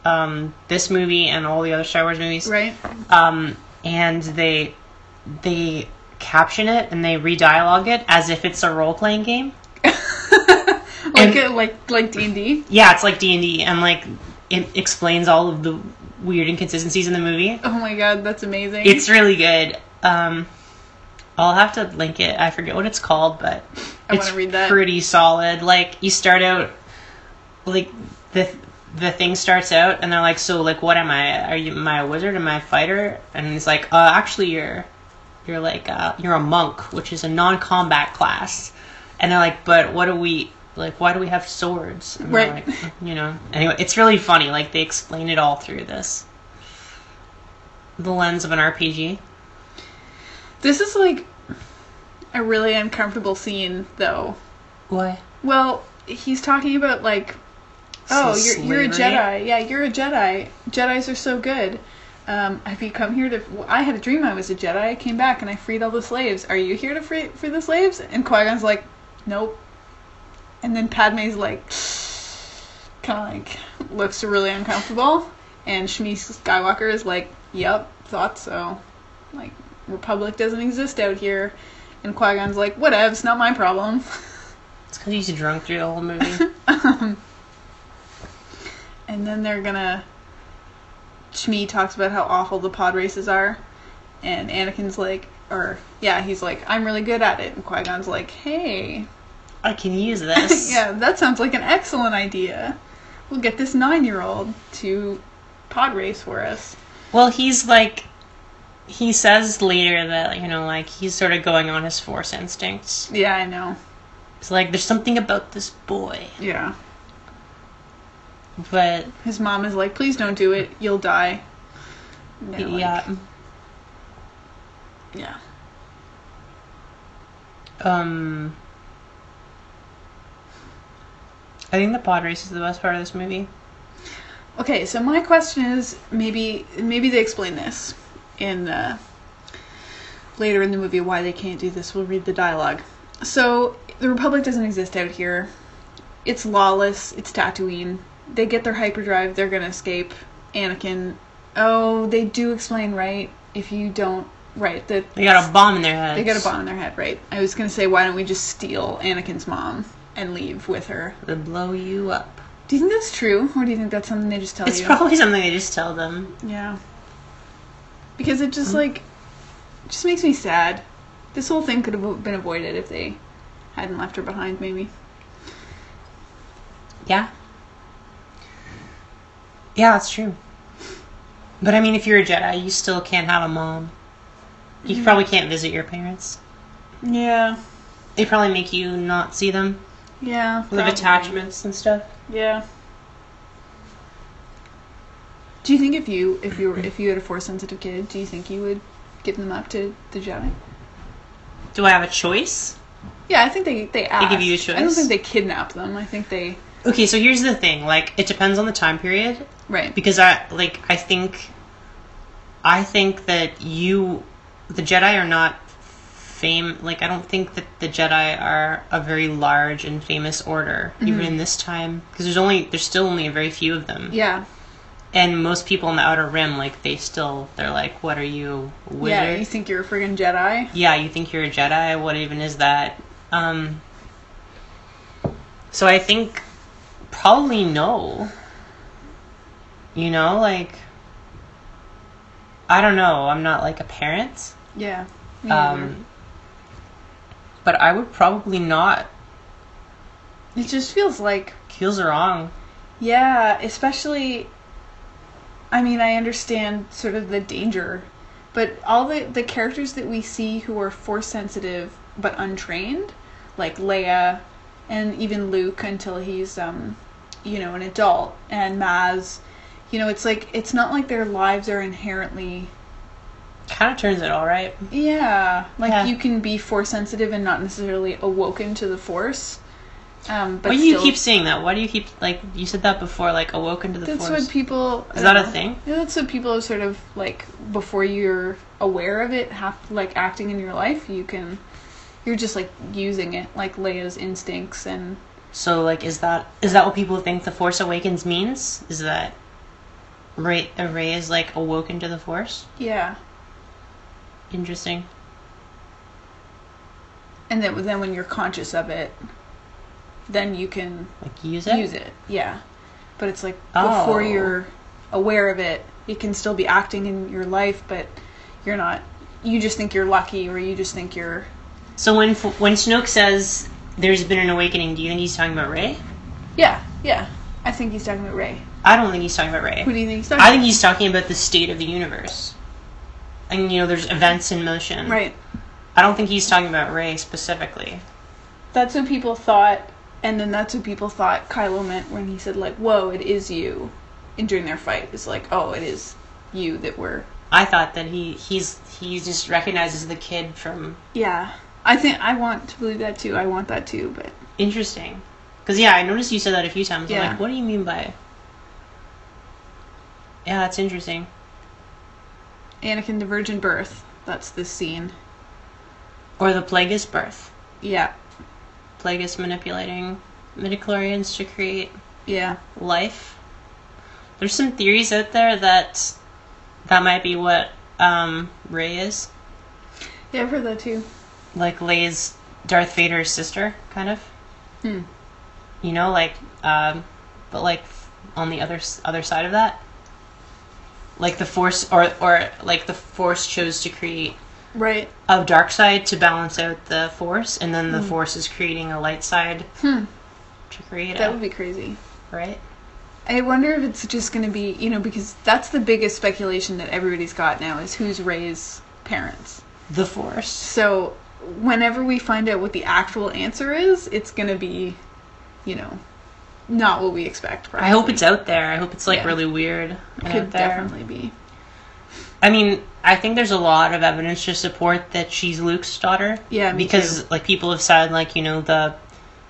Speaker 2: um, this movie and all the other Star Wars movies
Speaker 1: Right.
Speaker 2: um, and they they caption it and they re-dialogue it as if it's a role-playing game.
Speaker 1: Like
Speaker 2: And-
Speaker 1: a, like like D and D.
Speaker 2: Yeah, it's like D and D, and like it explains all of the weird inconsistencies in the movie.
Speaker 1: Oh my god, that's amazing.
Speaker 2: It's really good. Um, I'll have to link it. I forget what it's called, but
Speaker 1: I
Speaker 2: it's
Speaker 1: wanna read that.
Speaker 2: pretty solid. Like you start out, like the the thing starts out, and they're like, "So, like, what am I? Are you am I a wizard? Am I a fighter?" And it's like, "Uh, actually, you're you're like uh, you're a monk, which is a non-combat class." And they're like, "But what do we?" Like, why do we have swords? And they're
Speaker 1: Right.
Speaker 2: Like, you know. Anyway, it's really funny. Like they explain it all through this, the lens of an RPG.
Speaker 1: this is like a really uncomfortable scene though.
Speaker 2: Why?
Speaker 1: Well, he's talking about like, oh, you're you're a
Speaker 2: slavery?
Speaker 1: Jedi. Yeah, you're a Jedi. Jedi's are so good. Um, have you come here to? well, I had a dream I was a Jedi. I came back and I freed all the slaves. Are you here to free free the slaves? And Qui Gon's like, nope. And then Padme's like, kind of like looks really uncomfortable. And Shmi Skywalker is like, yep, thought so. Like, Republic doesn't exist out here. And Qui Gon's like, whatevs, not my problem.
Speaker 2: It's because he's drunk through the whole movie.
Speaker 1: And then they're gonna. Shmi talks about how awful the pod races are, and Anakin's like, or yeah, he's like, I'm really good at it, and Qui Gon's like, Hey,
Speaker 2: I can use this.
Speaker 1: yeah, that sounds like an excellent idea. We'll get this nine-year-old to pod race for us.
Speaker 2: Well, he's like, he says later that you know, like he's sort of going on his force instincts,
Speaker 1: Yeah, I know.
Speaker 2: It's like there's something about this boy,
Speaker 1: Yeah.
Speaker 2: but
Speaker 1: His mom is like, please don't do it. You'll die. And they're like-
Speaker 2: yeah.
Speaker 1: Yeah.
Speaker 2: Um, I think the pod race is the best part of this movie.
Speaker 1: Okay, so my question is maybe maybe they explain this in uh, later in the movie why they can't do this. We'll read the dialogue. So the Republic doesn't exist out here. It's lawless. It's Tatooine. They get their hyperdrive. They're gonna escape. Anakin. Oh, they do explain right. If you don't right, that
Speaker 2: They got a bomb in their head.
Speaker 1: they got a bomb in their head, right? I was gonna say, why don't we just steal Anakin's mom and leave with her?
Speaker 2: They blow you up.
Speaker 1: Do you think that's true, or do you think that's something they just tell
Speaker 2: It's
Speaker 1: you?
Speaker 2: probably something they just tell them.
Speaker 1: Yeah. Because it just like just makes me sad. This whole thing could have been avoided if they hadn't left her behind maybe.
Speaker 2: Yeah. Yeah, that's true. But I mean, if you're a Jedi, you still can't have a mom. You
Speaker 1: Mm-hmm.
Speaker 2: probably can't visit your parents.
Speaker 1: Yeah.
Speaker 2: They probably make you not see them.
Speaker 1: Yeah.
Speaker 2: With attachments and stuff.
Speaker 1: Yeah. Do you think if you if you were if you had a force sensitive kid, do you think you would give them up to the Jedi?
Speaker 2: Do I have a choice?
Speaker 1: Yeah, I think they they ask.
Speaker 2: give you a
Speaker 1: I don't
Speaker 2: choice?
Speaker 1: think they kidnap them. I think they
Speaker 2: Okay, so here's the thing. Like, it depends on the time period.
Speaker 1: right.
Speaker 2: because I like I think I think that you the Jedi are not fame like I don't think that the Jedi are a very large and famous order
Speaker 1: Mm-hmm.
Speaker 2: even in this time because there's only there's still only a very few of them
Speaker 1: yeah.
Speaker 2: and most people in the outer rim like they still they're like what are you a wizard
Speaker 1: Yeah, you think you're a friggin' Jedi?
Speaker 2: yeah, you think you're a Jedi? What even is that? Um, so I think probably no. You know, like I don't know. I'm not like a parent,
Speaker 1: Yeah. Me neither.
Speaker 2: um, but I would probably not.
Speaker 1: it just feels like
Speaker 2: Feels wrong.
Speaker 1: Yeah, especially. I mean, I understand sort of the danger, but all the the characters that we see who are force sensitive but untrained, like Leia, and even Luke until he's um, you know, an adult, and Maz, you know, it's like it's not like their lives are inherently
Speaker 2: Kind of turns it all right.
Speaker 1: yeah, like
Speaker 2: Yeah.
Speaker 1: you can be force sensitive and not necessarily awoken to the force. Um, but
Speaker 2: Why do you
Speaker 1: still-
Speaker 2: keep saying that? Why do you keep like you said that before? Like awoken to the
Speaker 1: That's
Speaker 2: force.
Speaker 1: what people. I
Speaker 2: Is that
Speaker 1: don't
Speaker 2: a thing?
Speaker 1: Yeah, that's what people are sort of like before you're aware of it, have like acting in your life. You can, you're just like using it, like Leia's instincts and
Speaker 2: So like is that is that what people think the Force Awakens means? Is that Ray uh, Ray is like awoken to the Force?
Speaker 1: yeah.
Speaker 2: Interesting.
Speaker 1: And then then when you're conscious of it, then you can
Speaker 2: Like use it.
Speaker 1: use it. Yeah, but it's like
Speaker 2: Oh.
Speaker 1: before you're aware of it, it can still be acting in your life, but you're not. You just think you're lucky, or you just think you're
Speaker 2: So when F- when Snoke says there's been an awakening, do you think he's talking about Ray?
Speaker 1: yeah, yeah. I think he's talking about Ray.
Speaker 2: I don't think he's talking about
Speaker 1: Who
Speaker 2: Ray.
Speaker 1: do you think he's talking?
Speaker 2: I
Speaker 1: about?
Speaker 2: think he's talking about the state of the universe. And you know there's events in motion.
Speaker 1: right.
Speaker 2: I don't think he's talking about Ray specifically.
Speaker 1: That's what people thought, and then that's what people thought Kylo meant when he said like, "Whoa, it is you," and during their fight, it's like, "Oh, it is you that we're."
Speaker 2: I thought that he he's he just recognizes the kid from
Speaker 1: Yeah, I think I want to believe that too. I want that too, but
Speaker 2: Interesting. Because, yeah, I noticed you said that a few times.
Speaker 1: Yeah.
Speaker 2: I'm like, what do you mean by. Yeah, that's interesting.
Speaker 1: Anakin the Virgin Birth. That's this scene.
Speaker 2: Or the Plagueis birth.
Speaker 1: Yeah,
Speaker 2: Plagueis manipulating midichlorians to create
Speaker 1: yeah,
Speaker 2: life. There's some theories out there that that might be what um, Rey is.
Speaker 1: yeah. I've heard that too.
Speaker 2: Like Leia's Darth Vader's sister, kind of.
Speaker 1: Hmm.
Speaker 2: You know, like, um, but like on the other s- other side of that, like the force, or or like the force chose to create
Speaker 1: Right.
Speaker 2: a dark side to balance out the force, and then the force is creating a light side
Speaker 1: Hmm.
Speaker 2: to create
Speaker 1: That
Speaker 2: it,
Speaker 1: would be crazy.
Speaker 2: right?
Speaker 1: I wonder if it's just going to be, you know, because that's the biggest speculation that everybody's got now is who's Ray's parents.
Speaker 2: The force.
Speaker 1: So whenever we find out what the actual answer is, it's gonna be, you know, not what we expect.
Speaker 2: I hope it's out there. I hope it's like
Speaker 1: Yeah.
Speaker 2: really weird. and
Speaker 1: could
Speaker 2: out there.
Speaker 1: definitely be.
Speaker 2: I mean, I think there's a lot of evidence to support that she's Luke's daughter.
Speaker 1: Yeah, me
Speaker 2: because like people have said, like you know the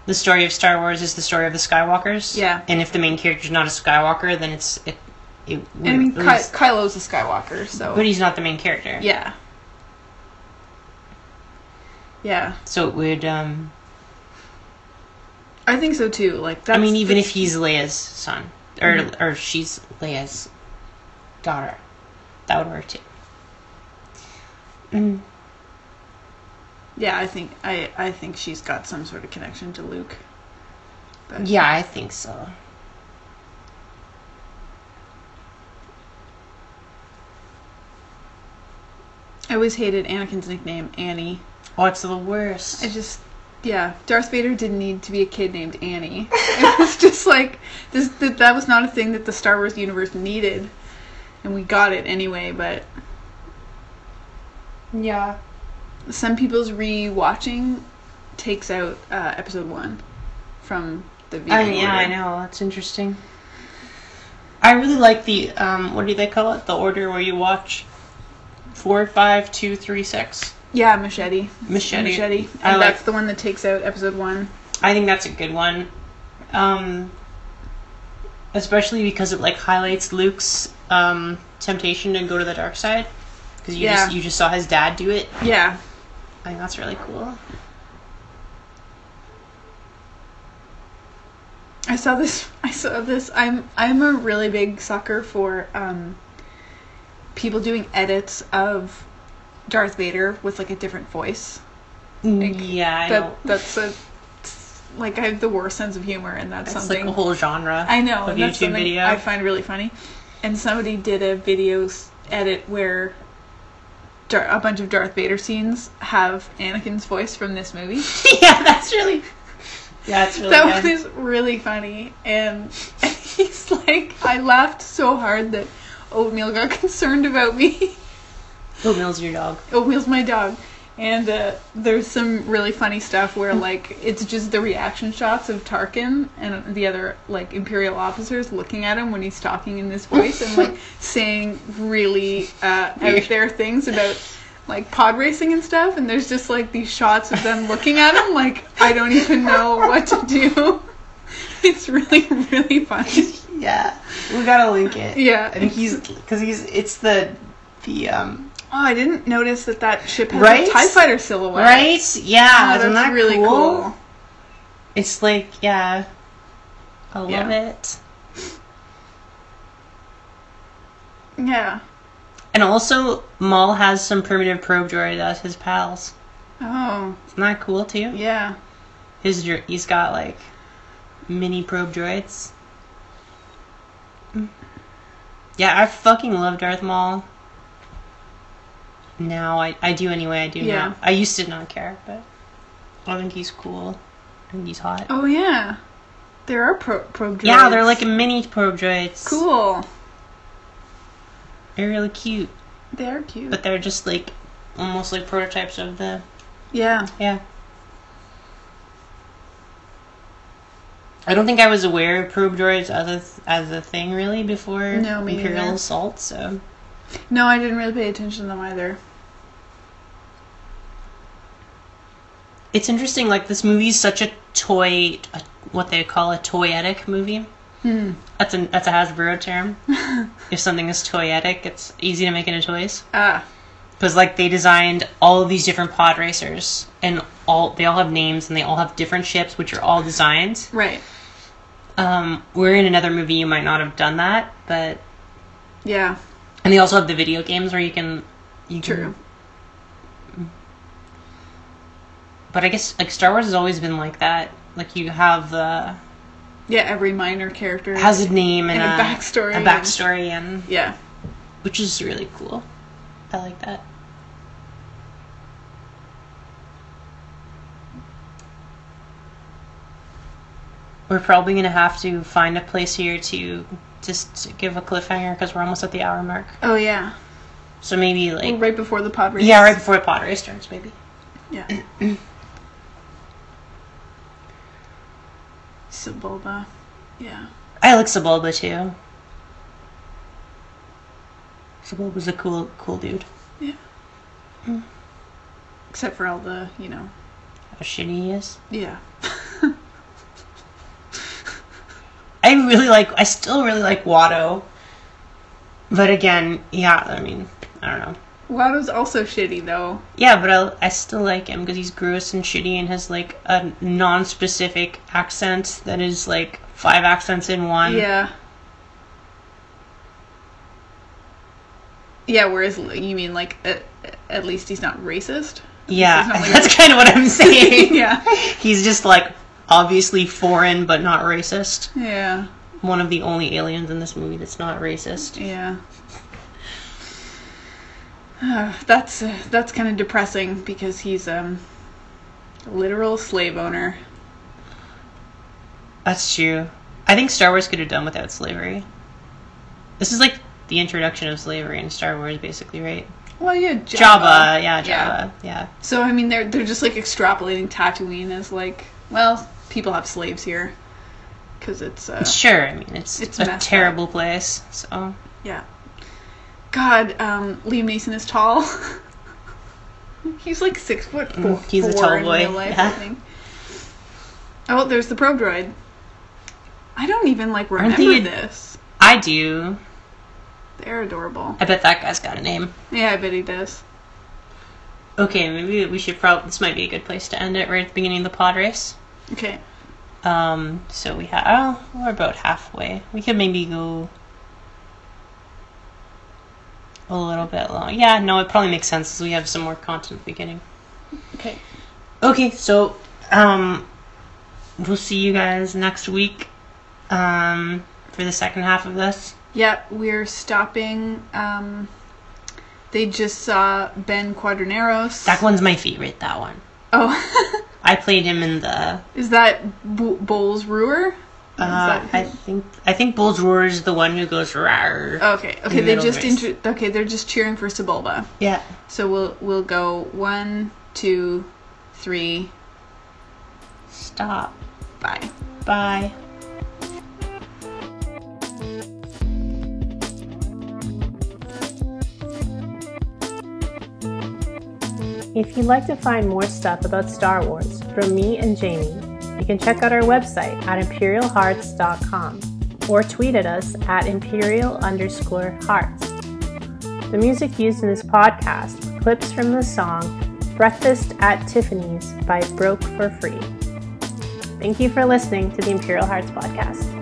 Speaker 2: the story of Star Wars is the story of the Skywalkers.
Speaker 1: Yeah.
Speaker 2: and if the main character's not a Skywalker, then it's it. it
Speaker 1: I mean,
Speaker 2: at
Speaker 1: Ky-
Speaker 2: least-
Speaker 1: Kylo's a Skywalker, so
Speaker 2: but he's not the main character.
Speaker 1: yeah, yeah,
Speaker 2: So it would. um
Speaker 1: I think so too. Like, that's
Speaker 2: I mean, even
Speaker 1: the- Mm-hmm.
Speaker 2: if he's Leia's son, or or she's Leia's daughter, that would work too. Mm.
Speaker 1: yeah, I think I I think she's got some sort of connection to Luke. But
Speaker 2: Yeah, I think so.
Speaker 1: I always hated Anakin's nickname Annie.
Speaker 2: Oh, it's the worst.
Speaker 1: I just yeah, Darth Vader didn't need to be a kid named Annie. It was just like this that, that was not a thing that the Star Wars universe needed. And we got it anyway, but
Speaker 2: yeah.
Speaker 1: some people's re-watching takes out uh, episode 1 from the video.
Speaker 2: I, yeah, I know. That's interesting. I really like the um, what do they call it? The order where you watch four, five, two, three, six.
Speaker 1: Yeah, machete.
Speaker 2: Machete.
Speaker 1: Machete. And
Speaker 2: I like.
Speaker 1: that's the one that takes out episode 1.
Speaker 2: I think that's a good one. Um, especially because it like highlights Luke's um, temptation to go to the dark side. Because you
Speaker 1: Yeah.
Speaker 2: just you just saw his dad do it.
Speaker 1: Yeah.
Speaker 2: I think that's really cool.
Speaker 1: I saw this. I saw this. I'm I'm a really big sucker for um, people doing edits of Darth Vader with like a different voice.
Speaker 2: Mm, yeah, I know.
Speaker 1: That that's a like I have the worst sense of humor, and that's,
Speaker 2: That's like
Speaker 1: something
Speaker 2: a whole genre.
Speaker 1: I know.
Speaker 2: of
Speaker 1: and that's
Speaker 2: YouTube
Speaker 1: something
Speaker 2: video.
Speaker 1: I find really funny. And somebody did a video s- edit where Dar- a bunch of Darth Vader scenes have Anakin's voice from this movie.
Speaker 2: yeah, that's really. Yeah, it's really.
Speaker 1: that
Speaker 2: good.
Speaker 1: one is really funny and he's like i laughed so hard that oatmeal got concerned about me
Speaker 2: Oatmeal's your dog.
Speaker 1: oatmeal's Oh, my dog and uh, there's some really funny stuff
Speaker 2: Hmm.
Speaker 1: where like it's just the reaction shots of tarkin and the other like imperial officers looking at him when he's talking in this voice and like saying really uh, out there things about like pod racing and stuff and there's just like these shots of them looking at him like i don't even know what to do it's really really funny
Speaker 2: Yeah, we gotta link it.
Speaker 1: Yeah.
Speaker 2: I think he's because he's it's the the um
Speaker 1: oh i didn't notice that that ship has
Speaker 2: Right?
Speaker 1: a tie fighter silhouette
Speaker 2: right. Yeah,
Speaker 1: Oh,
Speaker 2: isn't
Speaker 1: that's
Speaker 2: that
Speaker 1: really
Speaker 2: cool?
Speaker 1: cool.
Speaker 2: It's like yeah, I love
Speaker 1: Yeah.
Speaker 2: it.
Speaker 1: yeah
Speaker 2: And also, Maul has some primitive probe droid as his pals.
Speaker 1: oh
Speaker 2: Isn't that cool too?
Speaker 1: yeah
Speaker 2: His dro- he's got like mini probe droids. Yeah, I fucking love Darth Maul. Now I, I do anyway. I do
Speaker 1: Yeah.
Speaker 2: now. I used to not care, but I think he's cool. I think he's hot.
Speaker 1: Oh yeah, there are pro- probe droids.
Speaker 2: yeah, they're like mini probe droids.
Speaker 1: cool.
Speaker 2: They're really cute,
Speaker 1: They're cute.
Speaker 2: but they're just like almost like prototypes of the
Speaker 1: yeah,
Speaker 2: Yeah. I don't think I was aware of probe droids as a th- as a thing really before
Speaker 1: No, me
Speaker 2: Imperial
Speaker 1: neither.
Speaker 2: Assault. So
Speaker 1: no, I didn't really pay attention to them either.
Speaker 2: it's interesting. Like this movie's such a toy, a, what they call a toyetic movie.
Speaker 1: Hmm.
Speaker 2: That's a that's a Hasbro term. if something is toyetic, it's easy to make into toys.
Speaker 1: Ah,
Speaker 2: Because like they designed all of these different pod racers, and all they all have names, and they all have different ships, which are all designed.
Speaker 1: right.
Speaker 2: Um, we're in another movie. You might not have done that, but
Speaker 1: Yeah,
Speaker 2: And they also have the video games where you can. You can-
Speaker 1: true.
Speaker 2: But I guess like Star Wars has always been like that. Like you have the
Speaker 1: Yeah, every minor character
Speaker 2: has a name and,
Speaker 1: And a backstory
Speaker 2: a
Speaker 1: and-
Speaker 2: backstory, and
Speaker 1: Yeah,
Speaker 2: which is really cool. I like that. We're probably gonna have to find a place here to just give a cliffhanger because we're almost at the hour mark.
Speaker 1: oh yeah,
Speaker 2: So maybe like
Speaker 1: right before the pod race.
Speaker 2: yeah, right before the pod race starts, maybe.
Speaker 1: Yeah. so Bulba. Yeah.
Speaker 2: I like Sebulba too. Sebulba's a cool, cool dude.
Speaker 1: Yeah.
Speaker 2: Mm.
Speaker 1: Except for all the, you know,
Speaker 2: How shitty he is.
Speaker 1: yeah.
Speaker 2: I really like. I still really like Watto. But again, yeah. I mean, I don't know.
Speaker 1: Watto's also shitty though.
Speaker 2: Yeah, but I, I still like him because he's gross and shitty and has like a non-specific accent that is like five accents in one.
Speaker 1: yeah. Yeah, whereas l- you mean like at, at least he's not racist?
Speaker 2: Yeah,
Speaker 1: He's not like-
Speaker 2: that's kind of what I'm saying.
Speaker 1: yeah.
Speaker 2: He's just like obviously foreign but not racist.
Speaker 1: Yeah.
Speaker 2: One of the only aliens in this movie that's not racist.
Speaker 1: Yeah. Uh, that's uh, that's kind of depressing because he's um a literal slave owner.
Speaker 2: That's true. I think Star Wars could have done without slavery. This is like the introduction of slavery in Star Wars, basically, right?
Speaker 1: Well, yeah,
Speaker 2: Java, yeah,
Speaker 1: Yeah.
Speaker 2: Java, yeah.
Speaker 1: So I mean, they're they're just like extrapolating Tatooine as like, well, people have slaves here, because it's uh,
Speaker 2: Sure, I mean it's,
Speaker 1: It's
Speaker 2: a
Speaker 1: messed up.
Speaker 2: terrible place. So
Speaker 1: yeah. God, um, Liam Neeson is tall. he's like six foot four.
Speaker 2: Mm, he's a
Speaker 1: four
Speaker 2: tall
Speaker 1: in
Speaker 2: boy,
Speaker 1: real life, I
Speaker 2: yeah.
Speaker 1: think. Oh, there's the probe droid. I don't even like remember
Speaker 2: they ad-
Speaker 1: this.
Speaker 2: I do.
Speaker 1: They're adorable.
Speaker 2: I bet that guy's got a name.
Speaker 1: Yeah, I bet he does.
Speaker 2: Okay, maybe we should probably. This might be a good place to end it right at the beginning of the pod race.
Speaker 1: Okay.
Speaker 2: Um, so we have. Oh, we're about halfway. We could maybe go a little bit long. Yeah, no, it probably makes sense 'cause we have some more content at the beginning.
Speaker 1: Okay.
Speaker 2: Okay, so um, we'll see you guys next week um, for the second half of this.
Speaker 1: Yeah, we're stopping. Um, they just saw Ben Quaderneros.
Speaker 2: That one's my favorite. That one.
Speaker 1: Oh,
Speaker 2: I played him in the.
Speaker 1: is that B- Bowles Ruer?
Speaker 2: Uh, I think I think Bulls Roar is the one who goes rar.
Speaker 1: Okay, okay,
Speaker 2: the
Speaker 1: they
Speaker 2: middle
Speaker 1: just
Speaker 2: race.
Speaker 1: intro- okay, they're just cheering for Sebulba.
Speaker 2: Yeah.
Speaker 1: So we'll we'll go one, two, three,
Speaker 2: Stop.
Speaker 1: bye.
Speaker 2: Bye.
Speaker 3: If you'd like to find more stuff about Star Wars from me and Jamie, you can check out our website at imperialhearts.com or tweet at us at imperial underscore hearts. The music used in this podcast clips from the song Breakfast at Tiffany's by Broke for Free. Thank you for listening to the Imperial Hearts Podcast.